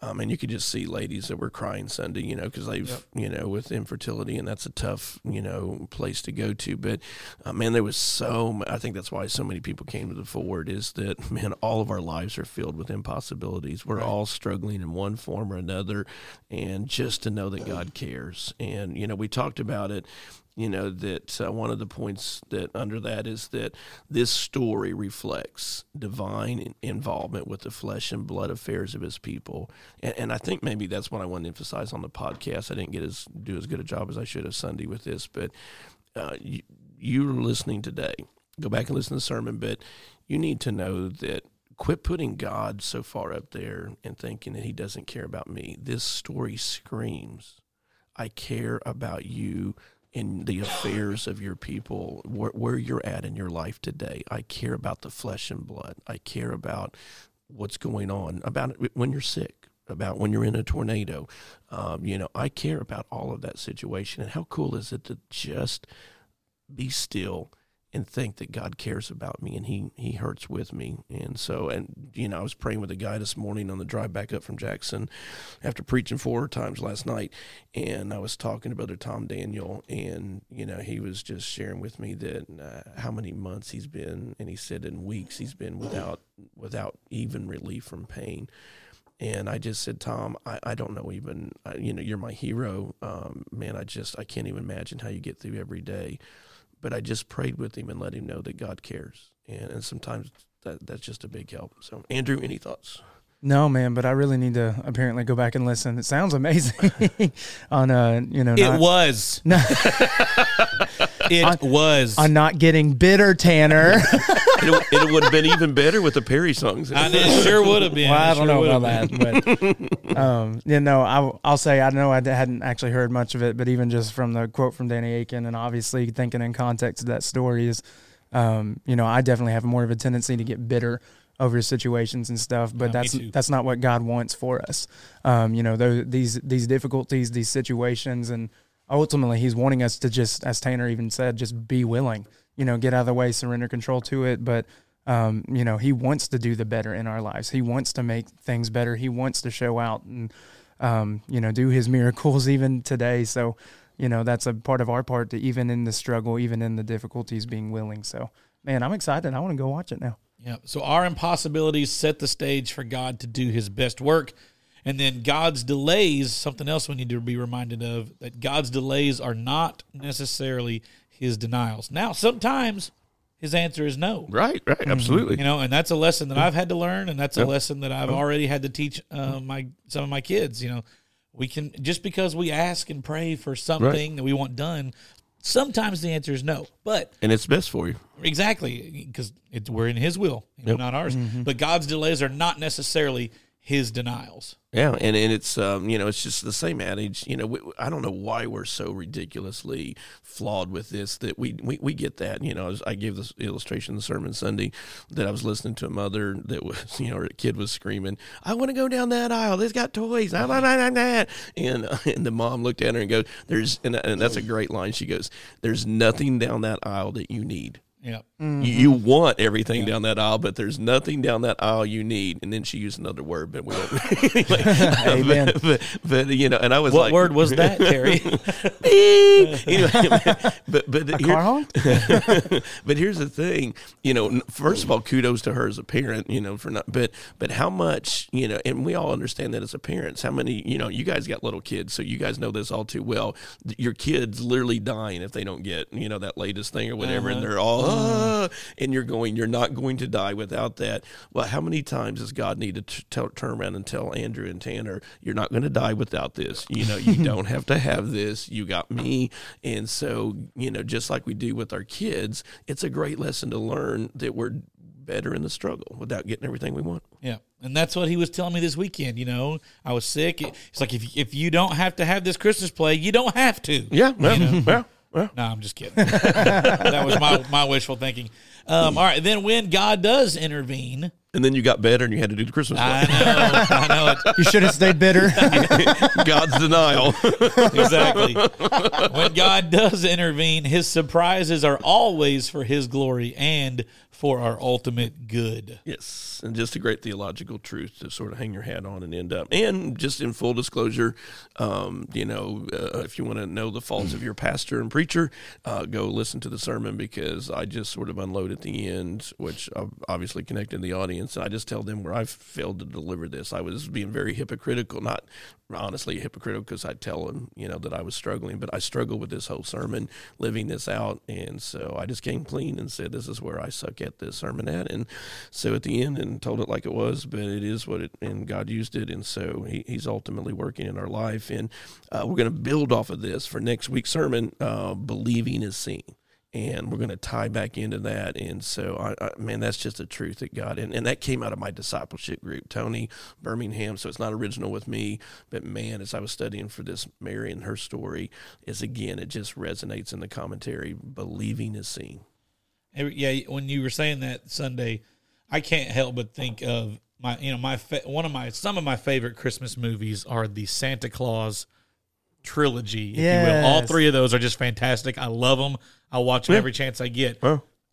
[SPEAKER 8] Um, and you could just see ladies that were crying Sunday, you know, because they've, you know, with infertility, and that's a tough, you know, place to go to. But uh, man, there was so. ma- I think that's why so many people came to the forward. Is that man? All of our lives are filled with impossibilities. We're all struggling in one form or another, and just to know that God cares. And you know, we talked about it you know that uh, one of the points that under that is that this story reflects divine in- involvement with the flesh and blood affairs of his people and, and i think maybe that's what i want to emphasize on the podcast i didn't get as do as good a job as i should have sunday with this but uh, you, you're listening today go back and listen to the sermon but you need to know that quit putting god so far up there and thinking that he doesn't care about me this story screams I care about you and the affairs of your people, where, where you're at in your life today. I care about the flesh and blood. I care about what's going on, about it when you're sick, about when you're in a tornado. Um, you know, I care about all of that situation. And how cool is it to just be still and think that God cares about me and he he hurts with me. And so and you know, I was praying with a guy this morning on the drive back up from Jackson after preaching four times last night and I was talking to Brother Tom Daniel and you know, he was just sharing with me that uh, how many months he's been and he said in weeks he's been without without even relief from pain and I just said, Tom, I, I don't know even, I, you know, you're my hero. Um, man, I just, I can't even imagine how you get through every day. But I just prayed with him and let him know that God cares. And, and sometimes that, that's just a big help. So, Andrew, any thoughts?
[SPEAKER 7] no, man, but I really need to apparently go back and listen. It sounds amazing on uh, you know,
[SPEAKER 6] it
[SPEAKER 7] not,
[SPEAKER 6] was. it was.
[SPEAKER 7] on not getting bitter, Tanner.
[SPEAKER 8] it, it would have been even better with the Perry songs.
[SPEAKER 6] I, it sure would have been.
[SPEAKER 7] Well, I
[SPEAKER 6] It
[SPEAKER 7] don't
[SPEAKER 6] sure
[SPEAKER 7] know
[SPEAKER 6] would have
[SPEAKER 7] about
[SPEAKER 6] been.
[SPEAKER 7] that, but um, you know, I, I'll say I know I hadn't actually heard much of it, but even just from the quote from Danny Aiken, and obviously thinking in context of that story is, um, you know, I definitely have more of a tendency to get bitter over situations and stuff, but that's
[SPEAKER 6] too.
[SPEAKER 7] that's not what God wants for us. Um, you know, those, these these difficulties, these situations, and ultimately He's wanting us to just, as Tanner even said, just be willing. You know, get out of the way, surrender control to it, but um, you know, he wants to do the better in our lives. He wants to make things better. He wants to show out and, um, you know, do his miracles even today. So, you know, that's a part of our part to even in the struggle, even in the difficulties, being willing. So, man, I'm excited. I want to go watch it now.
[SPEAKER 6] Yeah. So our impossibilities set the stage for God to do his best work. And then God's delays, something else we need to be reminded of, that God's delays are not necessarily his denials. Now, sometimes his answer is no.
[SPEAKER 8] right, right, absolutely.
[SPEAKER 6] You know, and that's a lesson that I've had to learn, and that's a lesson that I've already had to teach uh, my some of my kids. You know, we can just because we ask and pray for something that we want done, sometimes the answer is no. But
[SPEAKER 8] And it's best for you.
[SPEAKER 6] Mm-hmm. Exactly, because we're in His will, you know, not ours. But God's delays are not necessarily his denials.
[SPEAKER 8] Yeah, and, and it's um, you know it's just the same adage. You know, we, I don't know why we're so ridiculously flawed with this that we we, we get that. You know, I, was, I gave this illustration the sermon Sunday that I was listening to a mother that was you know her kid was screaming, "I want to go down that aisle. They've got toys." Ah, blah, blah, blah, blah." And uh, and the mom looked at her and goes, "There's and, and that's a great line." She goes, "There's nothing down that aisle that you need."
[SPEAKER 6] Yeah.
[SPEAKER 8] You, you want everything down that aisle, but there's nothing down that aisle you need. And then she used another word, but we don't. anyway,
[SPEAKER 7] Amen.
[SPEAKER 8] But, but, but, you know, and I was
[SPEAKER 6] What
[SPEAKER 8] like,
[SPEAKER 6] word was that, Terry?
[SPEAKER 8] Beep. anyway, but but here-
[SPEAKER 7] Car home?
[SPEAKER 8] but here's the thing, you know. n- First of all, kudos to her as a parent, you know, for not. But but how much, you know, and we all understand that as a parents, how many, you know, you guys got little kids, so you guys know this all too well. Th- Your kids literally dying if they don't get, you know, that latest thing or whatever,
[SPEAKER 7] Uh-huh.
[SPEAKER 8] and they're all, "Ah," and you're going, you're not going to die without that. Well, how many times does God need to t- tell, turn around and tell Andrew and Tanner, you're not going to die without this? You know, you don't have to have this. You got me, and so you know, just like we do with our kids, it's a great lesson to learn that we're better in the struggle without getting everything we want.
[SPEAKER 6] Yeah, and that's what he was telling me this weekend. You know, I was sick. It's like if if you don't have to have this Christmas play, you don't have to.
[SPEAKER 8] Yeah, well, well, well.
[SPEAKER 6] No, I'm just kidding. that was my my wishful thinking. Um, all right, then when God does intervene,
[SPEAKER 8] and then you got better, and you had to do the Christmas.
[SPEAKER 6] I know, I know it.
[SPEAKER 7] You should have stayed bitter.
[SPEAKER 8] play. God's denial.
[SPEAKER 6] exactly. When God does intervene, his surprises are always for his glory and for our ultimate good.
[SPEAKER 8] Yes, and just a great theological truth to sort of hang your hat on and end up. And just in full disclosure, um, you know, uh, if you want to know the faults of your pastor and preacher, uh, go listen to the sermon because I just sort of unload at the end, which I've obviously connected the audience. I just tell them where I've failed to deliver this. I was being very hypocritical, not honestly hypocritical because I tell them, you know, that I was struggling, but I struggled with this whole sermon, living this out. And so I just came clean and said, this is where I suck at this sermon at. And so at the end, and told it like it was, but it is what it, and God used it. And so he, He's ultimately working in our life. And uh, we're going to build off of this for next week's sermon, uh, Believing is Seeing and we're going to tie back into that. And so, I, I, man, that's just the truth that God and, and that came out of my discipleship group, Tony Birmingham. So it's not original with me, but man, as I was studying for this, Mary and her story is again, it just resonates in the commentary. Believing is seeing.
[SPEAKER 6] Every, yeah, when you were saying that Sunday, I can't help but think of my, you know, my fa- one of my some of my favorite Christmas movies are the Santa Claus trilogy, if you will. All
[SPEAKER 7] Yes.
[SPEAKER 6] three of those are just fantastic. I love them. I watch them every chance I get.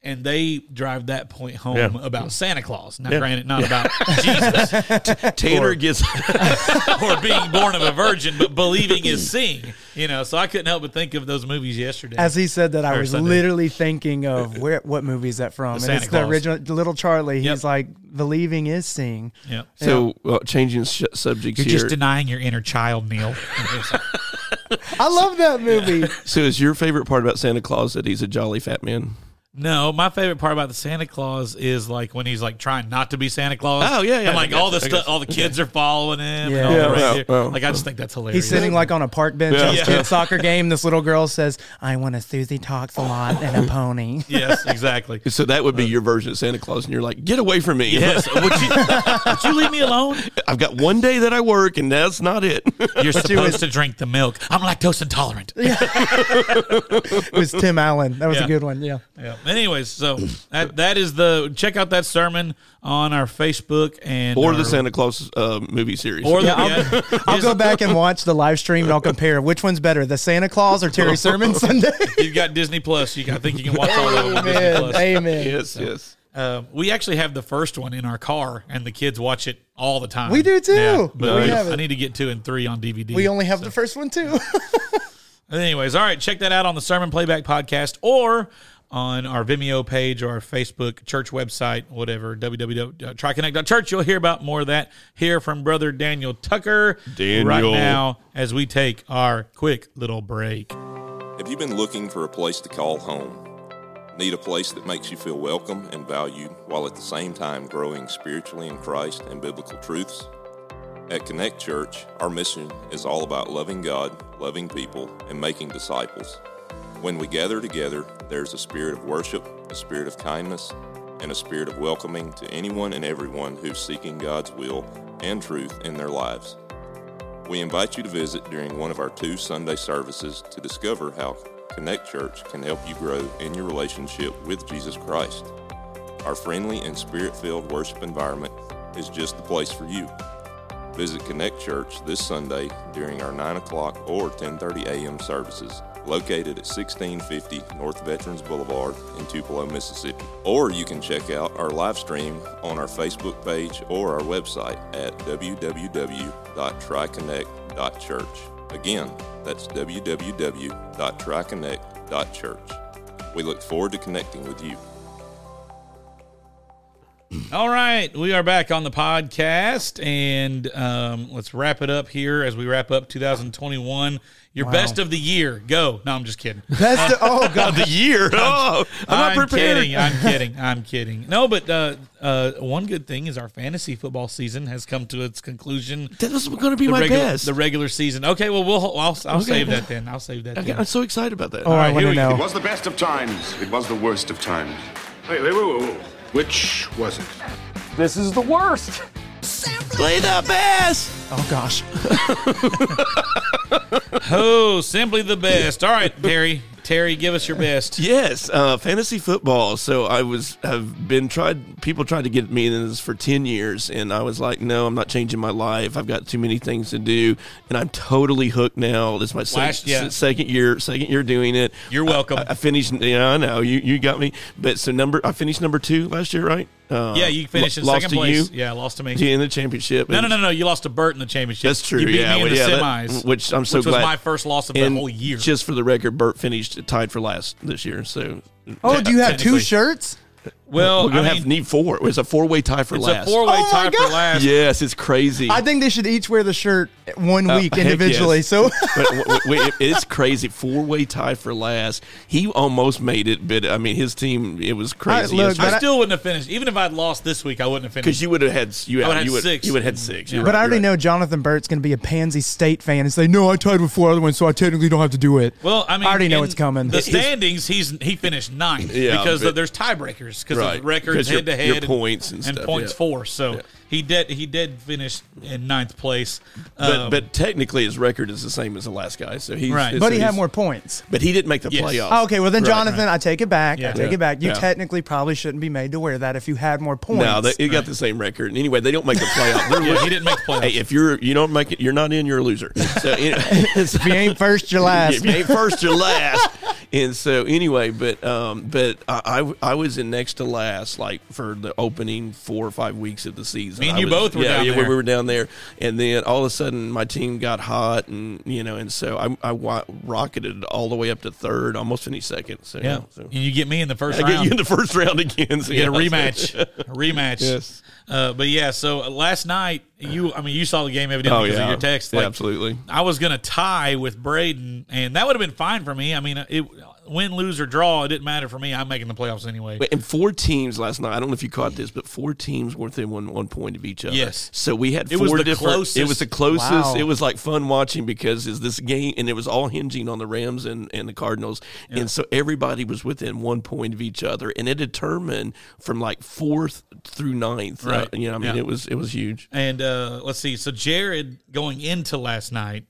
[SPEAKER 6] And they drive that point home about Santa Claus. Now, granted, not about Jesus
[SPEAKER 8] Tanner gets
[SPEAKER 6] or being born of a virgin, but believing is seeing. You know, so I couldn't help but think of those movies yesterday.
[SPEAKER 7] As he said that, I
[SPEAKER 6] Or
[SPEAKER 7] was
[SPEAKER 6] Sunday.
[SPEAKER 7] literally thinking of where, what movie is that from?
[SPEAKER 6] The
[SPEAKER 7] and
[SPEAKER 6] Santa
[SPEAKER 7] it's the
[SPEAKER 6] Claus.
[SPEAKER 7] original Little Charlie.
[SPEAKER 6] Yep.
[SPEAKER 7] He's like, believing is seeing.
[SPEAKER 6] yeah.
[SPEAKER 8] so well, changing sh- subjects
[SPEAKER 6] You're
[SPEAKER 8] here.
[SPEAKER 6] just denying your inner child, Neil.
[SPEAKER 7] I love that movie.
[SPEAKER 8] so is your favorite part about Santa Claus that he's a jolly fat man?
[SPEAKER 6] No, my favorite part about the Santa Claus is like when he's like trying not to be Santa Claus.
[SPEAKER 8] Oh, yeah, yeah,
[SPEAKER 6] And
[SPEAKER 8] I
[SPEAKER 6] like
[SPEAKER 8] got
[SPEAKER 6] all
[SPEAKER 8] you,
[SPEAKER 6] the
[SPEAKER 8] I
[SPEAKER 6] stuff,
[SPEAKER 8] got you.
[SPEAKER 6] all the kids are following him.
[SPEAKER 7] Yeah.
[SPEAKER 6] and all
[SPEAKER 7] Yeah,
[SPEAKER 6] the
[SPEAKER 8] well,
[SPEAKER 6] reindeer.
[SPEAKER 8] well.
[SPEAKER 6] like I just think that's hilarious.
[SPEAKER 7] He's sitting like on a park bench at his
[SPEAKER 6] Yeah.
[SPEAKER 7] kid's soccer game. This little girl says, I want a Susie talks a lot and a pony.
[SPEAKER 6] yes, exactly.
[SPEAKER 8] So that would be
[SPEAKER 6] Uh,
[SPEAKER 8] your version of Santa Claus, and you're like, get away from me.
[SPEAKER 6] Yes, would you, would you leave me alone?
[SPEAKER 8] I've got one day that I work, and that's not it.
[SPEAKER 6] You're supposed to drink the milk. I'm lactose intolerant. Yeah.
[SPEAKER 7] It was Tim Allen. That was
[SPEAKER 6] Yeah.
[SPEAKER 7] a good one. Yeah.
[SPEAKER 6] Anyways, so that that is the check out that sermon on our Facebook and
[SPEAKER 8] or
[SPEAKER 6] our-
[SPEAKER 8] the Santa Claus uh, movie series.
[SPEAKER 6] or the
[SPEAKER 7] Yeah, I'll, I'll go back and watch the live stream and I'll compare which one's better, the Santa Claus or Terry Sermon Sunday.
[SPEAKER 6] You've got Disney Plus. You got, I think you can watch all
[SPEAKER 7] Oh,
[SPEAKER 6] of them. on Disney
[SPEAKER 7] Amen.
[SPEAKER 6] Plus.
[SPEAKER 7] Amen.
[SPEAKER 8] yes, yes.
[SPEAKER 6] Um, we actually have the first one in our car, and the kids watch it all the time.
[SPEAKER 7] We do too.
[SPEAKER 6] but
[SPEAKER 7] We
[SPEAKER 6] we-
[SPEAKER 7] have it.
[SPEAKER 6] I need to get two and three on DVD.
[SPEAKER 7] We only have the first one too.
[SPEAKER 6] Anyways, all right, check that out on the Sermon Playback Podcast or on our Vimeo page or our Facebook church website, whatever, www.triconnect.church. You'll hear about more of that. Hear from Brother Daniel Tucker right
[SPEAKER 8] Daniel.
[SPEAKER 6] now as we take our quick little break.
[SPEAKER 9] Have you been looking for a place to call home? Need a place that makes you feel welcome and valued while at the same time growing spiritually in Christ and biblical truths? At Connect Church, our mission is all about loving God, loving people, and making disciples. When we gather together, there's a spirit of worship, a spirit of kindness, and a spirit of welcoming to anyone and everyone who's seeking God's will and truth in their lives. We invite you to visit during one of our two Sunday services to discover how Connect Church can help you grow in your relationship with Jesus Christ. Our friendly and spirit filled worship environment is just the place for you. Visit Connect Church this Sunday during our 9 o'clock or 10.30 a.m. services located at 1650 North Veterans Boulevard in Tupelo, Mississippi. Or you can check out our live stream on our Facebook page or our website at www.triconnect.church. Again, that's www.triconnect.church. We look forward to connecting with you.
[SPEAKER 6] All right, we are back on the podcast, and um, let's wrap it up here as we wrap up 2021. Your best of the year, go. No, I'm just kidding.
[SPEAKER 7] That's the, oh god.
[SPEAKER 8] the year. Oh, I'm not prepared.
[SPEAKER 6] kidding. I'm kidding. I'm kidding. No, but uh, uh, one good thing is our fantasy football season has come to its conclusion.
[SPEAKER 8] That was going to be
[SPEAKER 6] The,
[SPEAKER 8] my
[SPEAKER 6] regular,
[SPEAKER 8] best.
[SPEAKER 6] the regular season. Okay, well, we'll I'll, I'll
[SPEAKER 8] Okay.
[SPEAKER 6] save that then. I'll save that.
[SPEAKER 8] Okay,
[SPEAKER 6] Then.
[SPEAKER 8] I'm so excited about that.
[SPEAKER 7] Oh, I want
[SPEAKER 6] here
[SPEAKER 7] to
[SPEAKER 6] we
[SPEAKER 7] know.
[SPEAKER 10] It was the best of times. It was the worst of times. Wait, wait, wait, wait. Which was it?
[SPEAKER 8] Play the best.
[SPEAKER 7] Oh gosh.
[SPEAKER 6] Oh, simply the best. All right, Terry. Terry, give us your best.
[SPEAKER 8] Yes, uh, fantasy football. So I was have been tried. People tried to get me into this for ten years, and I was like, no, I'm not changing my life. I've got too many things to do, and I'm totally hooked now. This is my sec-
[SPEAKER 6] Last- yeah.
[SPEAKER 8] se- second year, second year doing it.
[SPEAKER 6] You're welcome.
[SPEAKER 8] I, I finished. Yeah, I know you. You got me. But so number, I finished number two last year, right? Uh,
[SPEAKER 6] yeah, you finished
[SPEAKER 8] lo-
[SPEAKER 6] in
[SPEAKER 8] lost
[SPEAKER 6] second
[SPEAKER 8] to
[SPEAKER 6] place.
[SPEAKER 8] You
[SPEAKER 6] Yeah, lost to me.
[SPEAKER 8] yeah. in the championship.
[SPEAKER 6] No, no, no, no. You lost to Burt in the championship.
[SPEAKER 8] That's true.
[SPEAKER 6] You beat
[SPEAKER 8] yeah,
[SPEAKER 6] me in
[SPEAKER 8] well,
[SPEAKER 6] the
[SPEAKER 8] yeah, that-
[SPEAKER 6] semis,
[SPEAKER 8] which I'm so
[SPEAKER 6] which
[SPEAKER 8] glad.
[SPEAKER 6] was my first loss of the
[SPEAKER 8] And
[SPEAKER 6] whole year.
[SPEAKER 8] Just for the record, Burt finished tied for last this year. So
[SPEAKER 7] Oh, do you have two
[SPEAKER 6] Technically.
[SPEAKER 7] shirts?
[SPEAKER 6] well,
[SPEAKER 8] we're gonna
[SPEAKER 6] I
[SPEAKER 8] have
[SPEAKER 6] mean,
[SPEAKER 8] need four. It's a four way tie for
[SPEAKER 6] it's
[SPEAKER 8] last.
[SPEAKER 6] a four-way
[SPEAKER 7] Oh, my
[SPEAKER 6] tie for
[SPEAKER 7] God.
[SPEAKER 6] last.
[SPEAKER 8] yes, it's crazy.
[SPEAKER 7] I think they should each wear the shirt one
[SPEAKER 8] Uh,
[SPEAKER 7] week
[SPEAKER 8] heck
[SPEAKER 7] individually.
[SPEAKER 8] yes.
[SPEAKER 7] So
[SPEAKER 8] But w- w- w- it's crazy. Four way tie for last. He almost made it, but I mean, his team it was crazy.
[SPEAKER 7] look, but
[SPEAKER 6] I still wouldn't have finished. Even if I'd lost this week, I wouldn't have
[SPEAKER 8] because
[SPEAKER 6] finished.
[SPEAKER 8] you would have had you
[SPEAKER 6] I would
[SPEAKER 8] would
[SPEAKER 6] have
[SPEAKER 8] you would
[SPEAKER 6] six.
[SPEAKER 8] you would have had six. You're
[SPEAKER 7] But
[SPEAKER 8] right,
[SPEAKER 7] I already
[SPEAKER 8] you're right.
[SPEAKER 7] know Jonathan Burt's going to be a Pansy State fan and say, "No, I tied with four other ones, so I technically don't have to do it."
[SPEAKER 6] well, I mean,
[SPEAKER 7] I already know
[SPEAKER 6] in
[SPEAKER 7] it's coming.
[SPEAKER 6] The
[SPEAKER 7] His-
[SPEAKER 6] standings, he's he finished ninth
[SPEAKER 8] Yeah,
[SPEAKER 6] because
[SPEAKER 8] but-
[SPEAKER 6] of, there's tiebreakers because
[SPEAKER 8] Right,
[SPEAKER 6] of records
[SPEAKER 8] because your-
[SPEAKER 6] head to
[SPEAKER 8] your
[SPEAKER 6] head,
[SPEAKER 8] points and stuff,
[SPEAKER 6] points
[SPEAKER 8] yeah.
[SPEAKER 6] for. So he did he did finish in ninth place.
[SPEAKER 8] But,
[SPEAKER 6] Um,
[SPEAKER 8] but technically, his record is the same as the last guy. So he's
[SPEAKER 6] Right.
[SPEAKER 8] so
[SPEAKER 7] but he had
[SPEAKER 8] he's-
[SPEAKER 7] more points.
[SPEAKER 8] But he didn't make the
[SPEAKER 6] Yes.
[SPEAKER 8] playoffs.
[SPEAKER 7] Oh, okay, well then,
[SPEAKER 8] Right,
[SPEAKER 7] Jonathan, I take it back.
[SPEAKER 6] Yeah.
[SPEAKER 7] I take
[SPEAKER 8] Yeah.
[SPEAKER 7] it back. You
[SPEAKER 8] Yeah.
[SPEAKER 7] technically probably shouldn't be made to wear that if you had more points.
[SPEAKER 8] No, they, they got the same record. And Anyway, they don't make the playoff. They're
[SPEAKER 6] yeah, he didn't make the playoffs.
[SPEAKER 8] Hey, if you're you don't make it, you're not in. You're a loser. So anyway,
[SPEAKER 7] if you ain't first, you're last.
[SPEAKER 8] If you ain't first, you're last. and so anyway, but um, but I, I I was in next to last like for the opening four or five weeks of the season.
[SPEAKER 6] Me and
[SPEAKER 8] I
[SPEAKER 6] you
[SPEAKER 8] was-
[SPEAKER 6] both were
[SPEAKER 8] yeah,
[SPEAKER 6] down
[SPEAKER 8] yeah,
[SPEAKER 6] there.
[SPEAKER 8] we were down there, and then all of a sudden my team got hot, and you know, and so I I wa- rocketed all the way up to third, almost finished second. So
[SPEAKER 6] yeah,
[SPEAKER 8] so.
[SPEAKER 6] and you get me in the first
[SPEAKER 8] I get
[SPEAKER 6] round.
[SPEAKER 8] you in the first round again. So
[SPEAKER 6] You get a
[SPEAKER 8] yeah, so-
[SPEAKER 6] rematch, a rematch.
[SPEAKER 8] Yes.
[SPEAKER 6] Uh, but yeah, so uh, last night you, I mean, you saw the game evidently
[SPEAKER 8] Oh,
[SPEAKER 6] because of
[SPEAKER 8] yeah.
[SPEAKER 6] your text.
[SPEAKER 8] Yeah, absolutely.
[SPEAKER 6] I was gonna tie with Braden, and that would have been fine for me. I mean, it win, lose or draw, it didn't matter for me. I'm making the playoffs anyway.
[SPEAKER 8] But- And four teams last night. I don't know if you caught this, but four teams were within one, one point of each other.
[SPEAKER 6] Yes.
[SPEAKER 8] So we had
[SPEAKER 6] It
[SPEAKER 8] four
[SPEAKER 6] was the
[SPEAKER 8] different. It
[SPEAKER 6] closest-
[SPEAKER 8] was the closest.
[SPEAKER 7] Wow.
[SPEAKER 8] It was like fun watching because is this game, and it was all hinging on the Rams and, and the Cardinals, and so everybody was within one point of each other, and it determined from like fourth through ninth. uh,
[SPEAKER 6] Right.
[SPEAKER 8] you know, I mean,
[SPEAKER 6] Yeah.
[SPEAKER 8] it was it was huge.
[SPEAKER 6] And uh, let's see. So Jared going into last night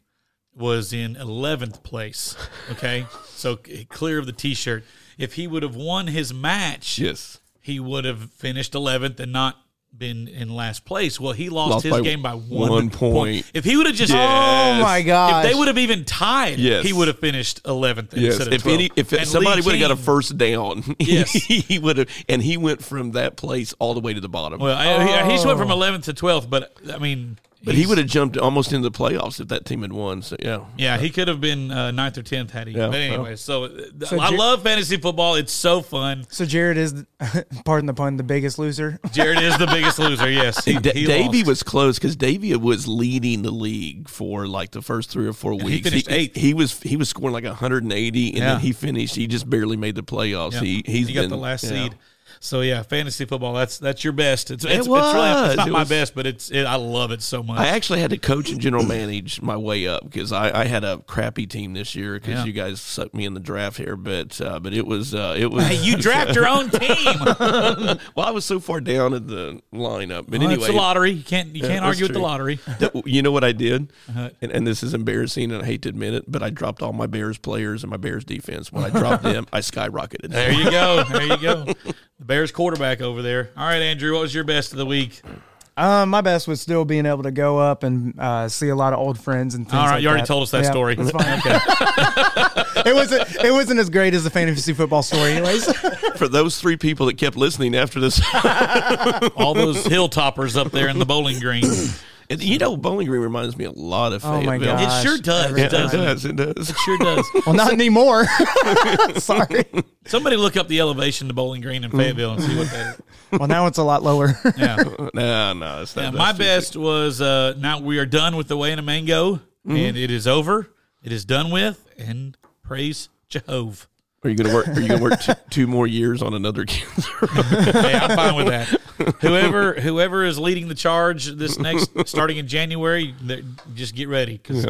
[SPEAKER 6] was in 11th place. Okay, so c- clear of the T-shirt. If he would have won his match,
[SPEAKER 8] Yes.
[SPEAKER 6] he would have finished 11th and not been in last place. Well, he lost,
[SPEAKER 8] Lost
[SPEAKER 6] his
[SPEAKER 8] by
[SPEAKER 6] game by one,
[SPEAKER 8] one
[SPEAKER 6] point.
[SPEAKER 8] point.
[SPEAKER 6] If he would have just,
[SPEAKER 8] Yes.
[SPEAKER 7] Oh my
[SPEAKER 6] if
[SPEAKER 7] gosh!
[SPEAKER 6] they would have even tied,
[SPEAKER 8] Yes.
[SPEAKER 6] he would have finished 11th
[SPEAKER 8] Yes,
[SPEAKER 6] instead of
[SPEAKER 8] if
[SPEAKER 6] 12th.
[SPEAKER 8] any, if
[SPEAKER 6] And
[SPEAKER 8] somebody
[SPEAKER 6] Lee
[SPEAKER 8] would have got a
[SPEAKER 6] King-
[SPEAKER 8] first down,
[SPEAKER 6] Yes.
[SPEAKER 8] he would have, and he went from that place all the way to the bottom.
[SPEAKER 6] well, I- he, he went
[SPEAKER 7] Oh.
[SPEAKER 6] from 11th to 12th, but I mean,
[SPEAKER 8] but he
[SPEAKER 6] he's-
[SPEAKER 8] would have jumped almost into the playoffs if that team had won. So yeah,
[SPEAKER 6] Yeah, he could have been uh, ninth or tenth had he.
[SPEAKER 8] Yeah,
[SPEAKER 6] but
[SPEAKER 8] well.
[SPEAKER 6] anyway, so, uh,
[SPEAKER 7] So
[SPEAKER 6] I
[SPEAKER 7] Jer-
[SPEAKER 6] love fantasy football. It's so fun.
[SPEAKER 7] so Jared is, pardon the pun, the biggest loser.
[SPEAKER 6] Jared is the biggest loser. Yes, he,
[SPEAKER 8] Da-
[SPEAKER 6] he
[SPEAKER 8] Davey
[SPEAKER 6] lost.
[SPEAKER 8] was close because Davey was leading the league for like the first three or four weeks.
[SPEAKER 6] finished eighth.
[SPEAKER 8] he was he was scoring like 180, and
[SPEAKER 6] Yeah.
[SPEAKER 8] then he finished. He just barely made the playoffs.
[SPEAKER 6] Yeah.
[SPEAKER 8] He he's
[SPEAKER 6] he got
[SPEAKER 8] been-
[SPEAKER 6] the last
[SPEAKER 8] yeah.
[SPEAKER 6] seed. So yeah, fantasy football. That's that's your best. It's it's,
[SPEAKER 8] was.
[SPEAKER 6] it's really it's not
[SPEAKER 8] It
[SPEAKER 6] my
[SPEAKER 8] was-
[SPEAKER 6] best, but it's it, I love it so much.
[SPEAKER 8] I actually had to coach and general manage my way up because I, I had a crappy team this year because
[SPEAKER 6] Yeah.
[SPEAKER 8] you guys sucked me in the draft here, but uh, but it was uh, it was
[SPEAKER 6] Hey, you draft your own team.
[SPEAKER 8] well I was so far down in the lineup, but
[SPEAKER 6] Well,
[SPEAKER 8] anyway,
[SPEAKER 6] it's the lottery. You can't you
[SPEAKER 8] Yeah,
[SPEAKER 6] can't
[SPEAKER 8] that's
[SPEAKER 6] argue with the
[SPEAKER 8] true.
[SPEAKER 6] lottery.
[SPEAKER 8] Th- you know what I did,
[SPEAKER 6] Uh-huh.
[SPEAKER 8] and, and this is embarrassing, and I hate to admit it, but I dropped all my Bears players and my Bears defense. When I dropped them, I skyrocketed.
[SPEAKER 6] There you go. There you go. The Bears quarterback over there. All right, Andrew, what was your best of the week?
[SPEAKER 7] Um, my best was still being able to go up and uh, see a lot of old friends and things.
[SPEAKER 6] All right,
[SPEAKER 7] like
[SPEAKER 6] you already
[SPEAKER 7] that.
[SPEAKER 6] told us that story.
[SPEAKER 7] It's fine. it wasn't. It wasn't as great as the fantasy football story, anyways.
[SPEAKER 8] For those three people that kept listening after this,
[SPEAKER 6] All those hilltoppers up there in the bowling green.
[SPEAKER 8] and, you know, Bowling Green reminds me a lot of
[SPEAKER 7] Oh my
[SPEAKER 8] Fayetteville.
[SPEAKER 7] god,
[SPEAKER 6] It sure does,
[SPEAKER 8] It
[SPEAKER 6] doesn't it?
[SPEAKER 8] does. It does.
[SPEAKER 6] Sure does.
[SPEAKER 7] Well, not anymore. Sorry.
[SPEAKER 6] Somebody look up the elevation to Bowling Green
[SPEAKER 8] Mm.
[SPEAKER 6] in Fayetteville and see what that is.
[SPEAKER 7] Well, now it's a lot lower.
[SPEAKER 6] Yeah.
[SPEAKER 8] No, no, it's not.
[SPEAKER 6] Yeah,
[SPEAKER 8] that's
[SPEAKER 6] my
[SPEAKER 8] too-
[SPEAKER 6] best was uh, now we are done with the way in a mango, and it is over. It is done with, and praise Jehovah.
[SPEAKER 8] Are you gonna work? Are you gonna work t- two more years on another cancer?
[SPEAKER 6] Hey, I'm fine with that. Whoever whoever is leading the charge this next, starting in January, they're- just get ready because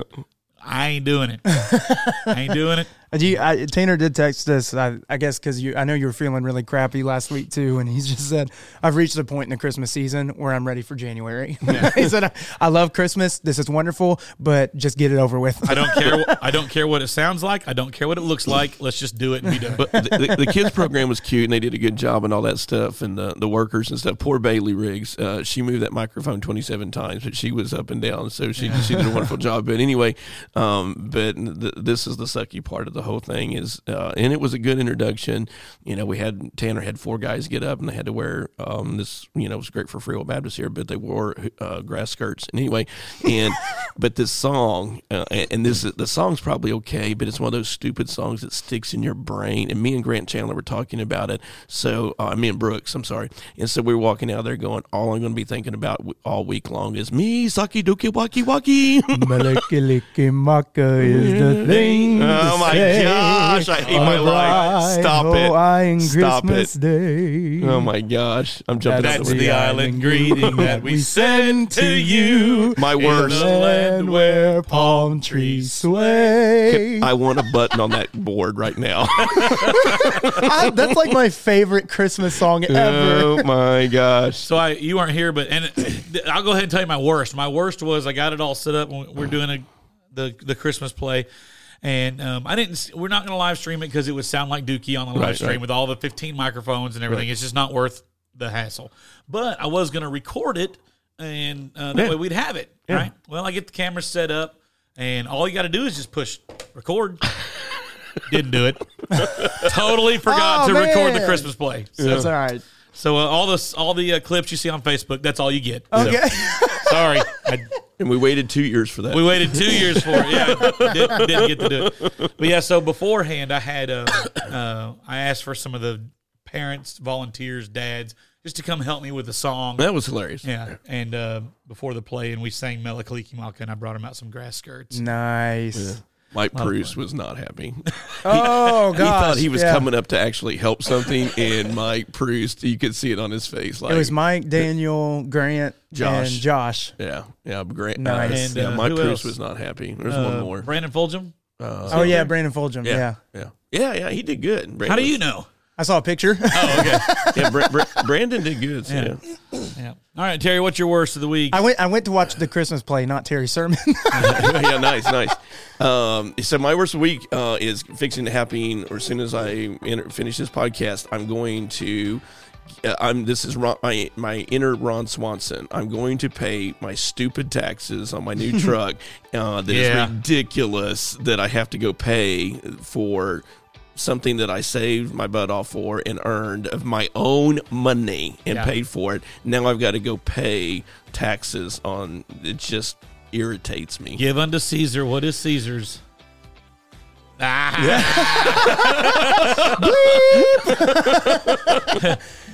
[SPEAKER 6] I ain't doing it. I ain't doing it.
[SPEAKER 7] Do you, I, Tanner did text us, I, I guess, because you. I know you were feeling really crappy last week too, and he just said, "I've reached the point in the Christmas season where I'm ready for January." he said, I, "I love Christmas. This is wonderful, but just get it over with."
[SPEAKER 6] I don't care. wh- I don't care what it sounds like. I don't care what it looks like. Let's just do it and be done.
[SPEAKER 8] but the, the, the kids program was cute, and they did a good job and all that stuff, and the, the workers and stuff. Poor Bailey Riggs, uh, she moved that microphone twenty seven times, but she was up and down, so she she did a wonderful job. But anyway, um, but th this is the sucky part of the whole thing is, uh, and it was a good introduction. You know, we had Tanner had four guys get up, and they had to wear um, this. You know, it was great for Free Will Baptist here, but they wore uh, grass skirts and anyway. And but this song, uh, and and this the song's probably okay, but it's one of those stupid songs that sticks in your brain. And me and Grant Chandler were talking about it. So uh, me and Brooks, I'm sorry. And so we were walking out there, going, all I'm going to be thinking about w- all week long is me saki doki waki waki.
[SPEAKER 7] Malikilikimaka is the thing.
[SPEAKER 8] Oh,
[SPEAKER 7] to
[SPEAKER 8] my
[SPEAKER 7] say
[SPEAKER 8] gosh, I hate
[SPEAKER 7] on
[SPEAKER 8] my
[SPEAKER 7] a
[SPEAKER 8] life.
[SPEAKER 7] bright
[SPEAKER 6] Oh,
[SPEAKER 8] Stop it.
[SPEAKER 7] Hawaiian
[SPEAKER 8] Stop
[SPEAKER 7] Christmas
[SPEAKER 8] it.
[SPEAKER 7] Day.
[SPEAKER 8] oh my gosh, I'm jumping out
[SPEAKER 6] That's
[SPEAKER 8] the
[SPEAKER 6] the
[SPEAKER 8] window.
[SPEAKER 6] island greeting that we send to you.
[SPEAKER 8] My
[SPEAKER 6] in the
[SPEAKER 8] worst.
[SPEAKER 6] land where palm trees
[SPEAKER 7] sway.
[SPEAKER 8] I want a button on that board right now.
[SPEAKER 7] I- that's like my favorite Christmas song ever.
[SPEAKER 8] oh my gosh.
[SPEAKER 6] So I, you weren't here, but and uh, I'll go ahead and tell you my worst. My worst was I got it all set up. When we're doing a, the the Christmas play, and um, I didn't. s- We're not going to live stream it because it would sound like Dookie on the live
[SPEAKER 8] Right,
[SPEAKER 6] stream
[SPEAKER 8] right.
[SPEAKER 6] with all the fifteen microphones and everything. It's just not worth the hassle. But I was going to record it, and uh, that way we'd have it right. Well, I get the camera set up, and all you got to do is just push record. Didn't do it. totally forgot
[SPEAKER 7] Oh,
[SPEAKER 6] to record the
[SPEAKER 7] man.
[SPEAKER 6] Christmas play. So
[SPEAKER 7] That's all right.
[SPEAKER 6] so uh, all this, all the uh, clips you see on Facebook, that's all you get. So,
[SPEAKER 7] Okay.
[SPEAKER 6] sorry, I,
[SPEAKER 8] And we waited two years for that.
[SPEAKER 6] we waited two years for it. Yeah, didn't, didn't get to do it. But yeah, so beforehand, I had uh, uh, I asked for some of the parents, volunteers, dads, just to come help me with the song.
[SPEAKER 8] that was hilarious.
[SPEAKER 6] Yeah, and uh, before the play, and we sang Melakalikimaka, and I brought him out some grass skirts.
[SPEAKER 7] Nice.
[SPEAKER 8] Mike Bruce was not happy.
[SPEAKER 7] Oh, God.
[SPEAKER 8] he thought he was
[SPEAKER 7] yeah.
[SPEAKER 8] coming up to actually help something, and Mike Proust, you could see it on his face. Like
[SPEAKER 7] It was Mike, Daniel, Grant,
[SPEAKER 8] Josh.
[SPEAKER 7] and Josh.
[SPEAKER 8] yeah, yeah, great.
[SPEAKER 7] Nice.
[SPEAKER 8] yeah,
[SPEAKER 6] And, uh,
[SPEAKER 8] Mike
[SPEAKER 6] who
[SPEAKER 8] Proust
[SPEAKER 6] else?
[SPEAKER 8] was not happy. There's one
[SPEAKER 6] Uh,
[SPEAKER 8] more.
[SPEAKER 6] Brandon Fulgham.
[SPEAKER 7] oh, yeah, Brandon Fulgham. Yeah.
[SPEAKER 8] yeah, yeah, yeah, yeah. He did good. Brandon,
[SPEAKER 6] How do you know?
[SPEAKER 7] I saw a picture.
[SPEAKER 8] Oh, yeah, Bra- Bra- Brandon did good. So, yeah.
[SPEAKER 6] Yeah. All right, Terry, what's your worst of the week?
[SPEAKER 7] I went I went to watch the Christmas play, not Terry Sermon.
[SPEAKER 8] yeah, nice, nice. Um, so my worst week uh, is fixing to happen. Or as soon as I enter, finish this podcast, I'm going to. Uh, I'm. This is Ron, my my inner Ron Swanson. I'm going to pay my stupid taxes on my new truck. Uh, that is
[SPEAKER 6] Yeah.
[SPEAKER 8] ridiculous that I have to go pay for something that I saved my butt off for and earned of my own money and
[SPEAKER 6] Yeah.
[SPEAKER 8] paid for it. Now I've got to go pay taxes on. It just irritates me.
[SPEAKER 6] Give unto Caesar what is Caesar's. Ah.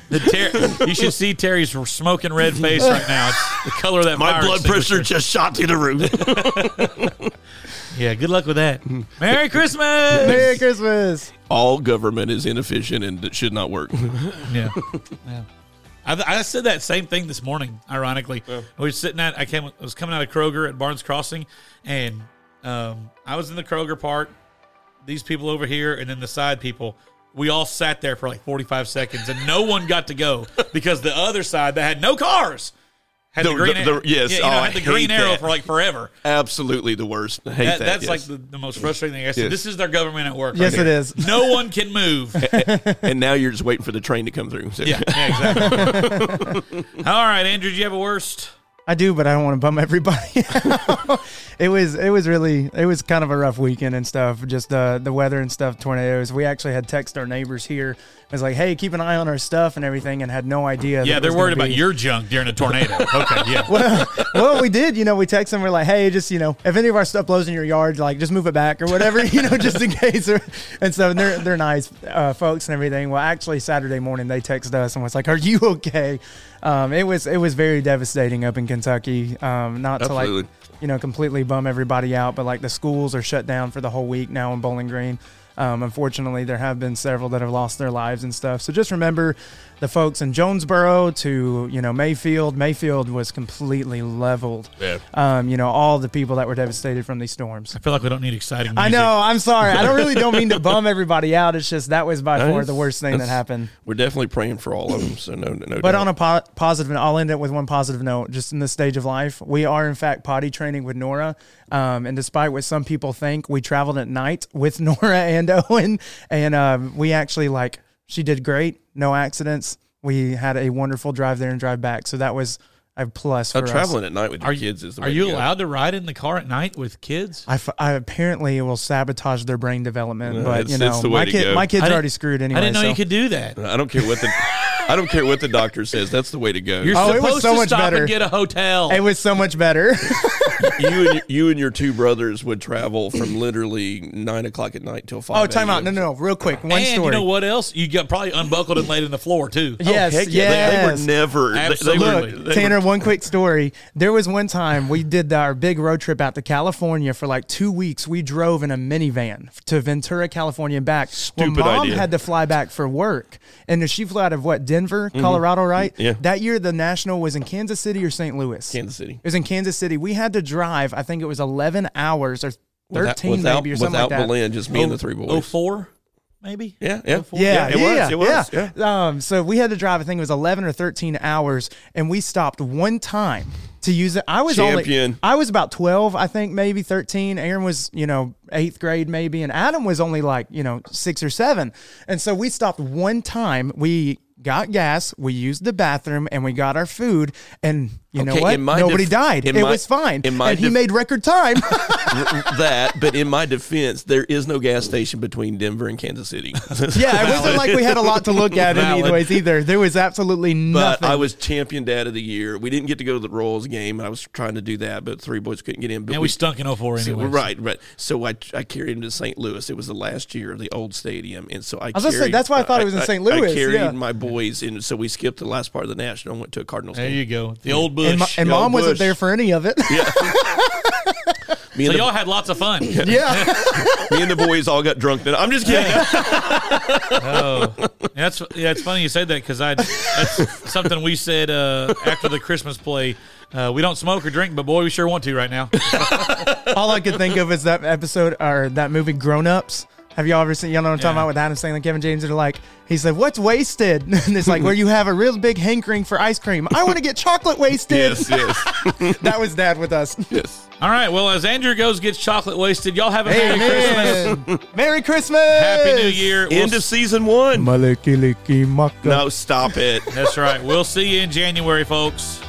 [SPEAKER 6] the Ter- you should see Terry's smoking red face right now. It's the color of that
[SPEAKER 8] My
[SPEAKER 6] fire
[SPEAKER 8] blood
[SPEAKER 6] extinguisher.
[SPEAKER 8] pressure just shot through the roof.
[SPEAKER 6] Yeah, good luck with that. Merry Christmas.
[SPEAKER 7] Merry Christmas.
[SPEAKER 8] All government is inefficient and it should not work.
[SPEAKER 6] Yeah. yeah. I, I said that same thing this morning, ironically. We were sitting at, I came, I was coming out of Kroger at Barnes Crossing, and um, I was in the Kroger part, these people over here, and then the side people. We all sat there for like 45 seconds, and no one got to go because the other side that had no cars had the,
[SPEAKER 8] The-
[SPEAKER 6] green
[SPEAKER 8] the-
[SPEAKER 6] arrow.
[SPEAKER 8] the- yes,
[SPEAKER 6] yeah, you know,
[SPEAKER 8] oh, I
[SPEAKER 6] had the green
[SPEAKER 8] hate
[SPEAKER 6] arrow
[SPEAKER 8] that.
[SPEAKER 6] for like forever.
[SPEAKER 8] Absolutely the worst. I hate
[SPEAKER 6] That,
[SPEAKER 8] that.
[SPEAKER 6] that's
[SPEAKER 8] yes.
[SPEAKER 6] like the, the most frustrating thing. I said,
[SPEAKER 8] Yes.
[SPEAKER 6] this is their government at work.
[SPEAKER 7] Yes,
[SPEAKER 6] right
[SPEAKER 7] it
[SPEAKER 6] here.
[SPEAKER 7] is.
[SPEAKER 6] No one can move.
[SPEAKER 8] and now you're just waiting for the train to come through. So-
[SPEAKER 6] Yeah, yeah, exactly. All right, Andrew, do you have a worst?
[SPEAKER 7] I do, but I don't want to bum everybody. out. it was it was really it was kind of a rough weekend and stuff. Just uh, the weather and stuff, tornadoes. We actually had text our neighbors here. It was like, hey, keep an eye on our stuff and everything, and had no idea. that
[SPEAKER 6] Yeah,
[SPEAKER 7] it
[SPEAKER 6] they're
[SPEAKER 7] was gonna
[SPEAKER 6] worried about
[SPEAKER 7] be-
[SPEAKER 6] your junk during a tornado. Okay, yeah.
[SPEAKER 7] well, we did. You know, we text them. We're like, hey, just you know, if any of our stuff blows in your yard, like just move it back or whatever, you know, just in case. Or, and so they're they're nice uh, folks and everything. Well, actually, Saturday morning they texted us and was like, "Are you okay?" Um, it was it was very devastating up in Kentucky. Um, not to
[SPEAKER 8] Absolutely.
[SPEAKER 7] like you know completely bum everybody out, but like the schools are shut down for the whole week now in Bowling Green. Um, unfortunately, there have been several that have lost their lives and stuff. So just remember the folks in Jonesboro to you know Mayfield. Mayfield was completely leveled. Yeah. Um, you know all the people that were devastated from these storms.
[SPEAKER 6] I feel like we don't need exciting music.
[SPEAKER 7] I know. I'm sorry. I don't really don't mean to bum everybody out. It's just that was by far
[SPEAKER 8] That's-
[SPEAKER 7] the worst thing that
[SPEAKER 8] that's-
[SPEAKER 7] happened.
[SPEAKER 8] We're definitely praying for all of them. So no, no.
[SPEAKER 7] But on a po- positive, note, I'll end it with one positive note. Just in this stage of life, we are in fact potty training with Nora, um, and despite what some people think, we traveled at night with Nora and Owen, and um, we actually like she did great, no accidents. We had a wonderful drive there and drive back, so that was a plus for
[SPEAKER 8] a,
[SPEAKER 7] us.
[SPEAKER 8] traveling at night with your
[SPEAKER 6] Are you,
[SPEAKER 8] kids is the way
[SPEAKER 6] are
[SPEAKER 8] to
[SPEAKER 6] you
[SPEAKER 8] go.
[SPEAKER 6] allowed to ride in the car at night with kids?
[SPEAKER 7] I, f- I apparently will sabotage their brain development,
[SPEAKER 8] Yeah,
[SPEAKER 7] but
[SPEAKER 8] it's-
[SPEAKER 7] you know
[SPEAKER 8] it's the way
[SPEAKER 7] my
[SPEAKER 8] to
[SPEAKER 7] kid,
[SPEAKER 8] go.
[SPEAKER 7] my kids
[SPEAKER 6] I
[SPEAKER 7] are
[SPEAKER 6] didn't-
[SPEAKER 7] already screwed
[SPEAKER 6] I
[SPEAKER 7] anyway.
[SPEAKER 6] didn't know
[SPEAKER 7] so-
[SPEAKER 6] you could do that.
[SPEAKER 8] I don't care what the. I don't care what the doctor says. That's the way to go.
[SPEAKER 6] You're
[SPEAKER 7] Oh, it was
[SPEAKER 6] supposed
[SPEAKER 7] so
[SPEAKER 6] to
[SPEAKER 7] much
[SPEAKER 6] stop
[SPEAKER 7] better.
[SPEAKER 6] and get a hotel.
[SPEAKER 7] It was so much better.
[SPEAKER 8] you and you and your two brothers would travel from literally nine o'clock at night till five.
[SPEAKER 7] oh, time out! No,
[SPEAKER 8] a.m.
[SPEAKER 7] no, no! Real quick, one
[SPEAKER 6] and
[SPEAKER 7] story.
[SPEAKER 6] you know what else? You got probably unbuckled and laid in the floor too.
[SPEAKER 7] Yes,
[SPEAKER 8] Oh, Heck yeah, they-
[SPEAKER 7] yes.
[SPEAKER 8] They, were never. they- They,
[SPEAKER 6] Absolutely.
[SPEAKER 8] were,
[SPEAKER 7] Look,
[SPEAKER 8] they
[SPEAKER 7] Tanner, one quick story. There was one time we did our big road trip out to California for like two weeks. We drove in a minivan to Ventura, California, and back.
[SPEAKER 8] Stupid
[SPEAKER 7] well, mom
[SPEAKER 8] idea.
[SPEAKER 7] had to fly back for work, and she flew out of what Denver, Colorado, right?
[SPEAKER 8] Mm-hmm. Yeah.
[SPEAKER 7] That year, the national was in Kansas City or St. Louis.
[SPEAKER 8] Kansas City.
[SPEAKER 7] It was in Kansas City. We had to drive. I think it was eleven hours or
[SPEAKER 8] Without-
[SPEAKER 7] thirteen
[SPEAKER 8] without,
[SPEAKER 7] maybe or something
[SPEAKER 8] without
[SPEAKER 7] like that.
[SPEAKER 8] Belen, just me and the three boys.
[SPEAKER 6] Oh four, maybe.
[SPEAKER 8] yeah,
[SPEAKER 7] Oh, Yeah, yeah, yeah,
[SPEAKER 8] yeah, it was. It was. Yeah.
[SPEAKER 7] Um, so we had to drive. I think it was eleven or thirteen hours, and we stopped one time to use it. I was only,
[SPEAKER 8] Champion.
[SPEAKER 7] I was about twelve, I think, maybe thirteen. Aaron was, you know, eighth grade maybe, and Adam was only like, you know, six or seven. And so we stopped one time. We got gas, we used the bathroom, and we got our food. And you know
[SPEAKER 8] Okay,
[SPEAKER 7] what?
[SPEAKER 8] in my
[SPEAKER 7] Nobody
[SPEAKER 8] def-
[SPEAKER 7] died. It
[SPEAKER 8] in my-
[SPEAKER 7] was fine.
[SPEAKER 8] in my
[SPEAKER 7] and he
[SPEAKER 8] def-
[SPEAKER 7] made record time.
[SPEAKER 8] that, but in my defense, there is no gas station between Denver and Kansas City.
[SPEAKER 7] yeah, it wasn't like we had a lot to look at in
[SPEAKER 6] Valid.
[SPEAKER 7] either ways either. There was absolutely
[SPEAKER 8] But
[SPEAKER 7] nothing.
[SPEAKER 8] I was champion dad of the year. We didn't get to go to the Royals game, and I was trying to do that, but three boys couldn't get in. But
[SPEAKER 6] And we stunk in 04
[SPEAKER 8] so-
[SPEAKER 6] anyway.
[SPEAKER 8] right, right. So I, I carried him to St. Louis. It was the last year of the old stadium, and so I.
[SPEAKER 7] was
[SPEAKER 8] carried,
[SPEAKER 7] gonna say, that's why I thought it was in St. Louis,
[SPEAKER 8] I carried
[SPEAKER 7] yeah.
[SPEAKER 8] my boys, and so we skipped the last part of the national and went to a Cardinals
[SPEAKER 6] There
[SPEAKER 8] game.
[SPEAKER 6] you go. The old bush.
[SPEAKER 7] and, mo- and
[SPEAKER 8] Yo,
[SPEAKER 7] mom wasn't
[SPEAKER 8] Bush.
[SPEAKER 7] there for any of it.
[SPEAKER 8] Me
[SPEAKER 6] so
[SPEAKER 8] and,
[SPEAKER 6] y'all had lots of fun.
[SPEAKER 7] yeah.
[SPEAKER 8] the, me and the boys all got drunk. Then I'm just kidding.
[SPEAKER 6] Oh. That's yeah. It's funny you said that because I that's something we said uh, after the Christmas play. Uh, we don't smoke or drink, but boy, we sure want to right now.
[SPEAKER 7] All I could think of is that episode or that movie Grown Ups. Have y'all ever seen? Y'all know what I'm talking
[SPEAKER 6] Yeah.
[SPEAKER 7] about with Adam Sandler, Kevin James. They're like, he said, "What's wasted?" And it's like where you have a real big hankering for ice cream. I want to get chocolate wasted.
[SPEAKER 8] yes, yes,
[SPEAKER 7] That was Dad with us.
[SPEAKER 8] yes.
[SPEAKER 6] All right. Well, as Andrew goes gets chocolate wasted, y'all have a merry Christmas,
[SPEAKER 7] Amen. Merry Christmas.
[SPEAKER 6] happy New Year. We'll
[SPEAKER 8] End of season one.
[SPEAKER 7] Maliki liki maka.
[SPEAKER 8] No, stop it.
[SPEAKER 6] That's right. We'll see you in January, folks.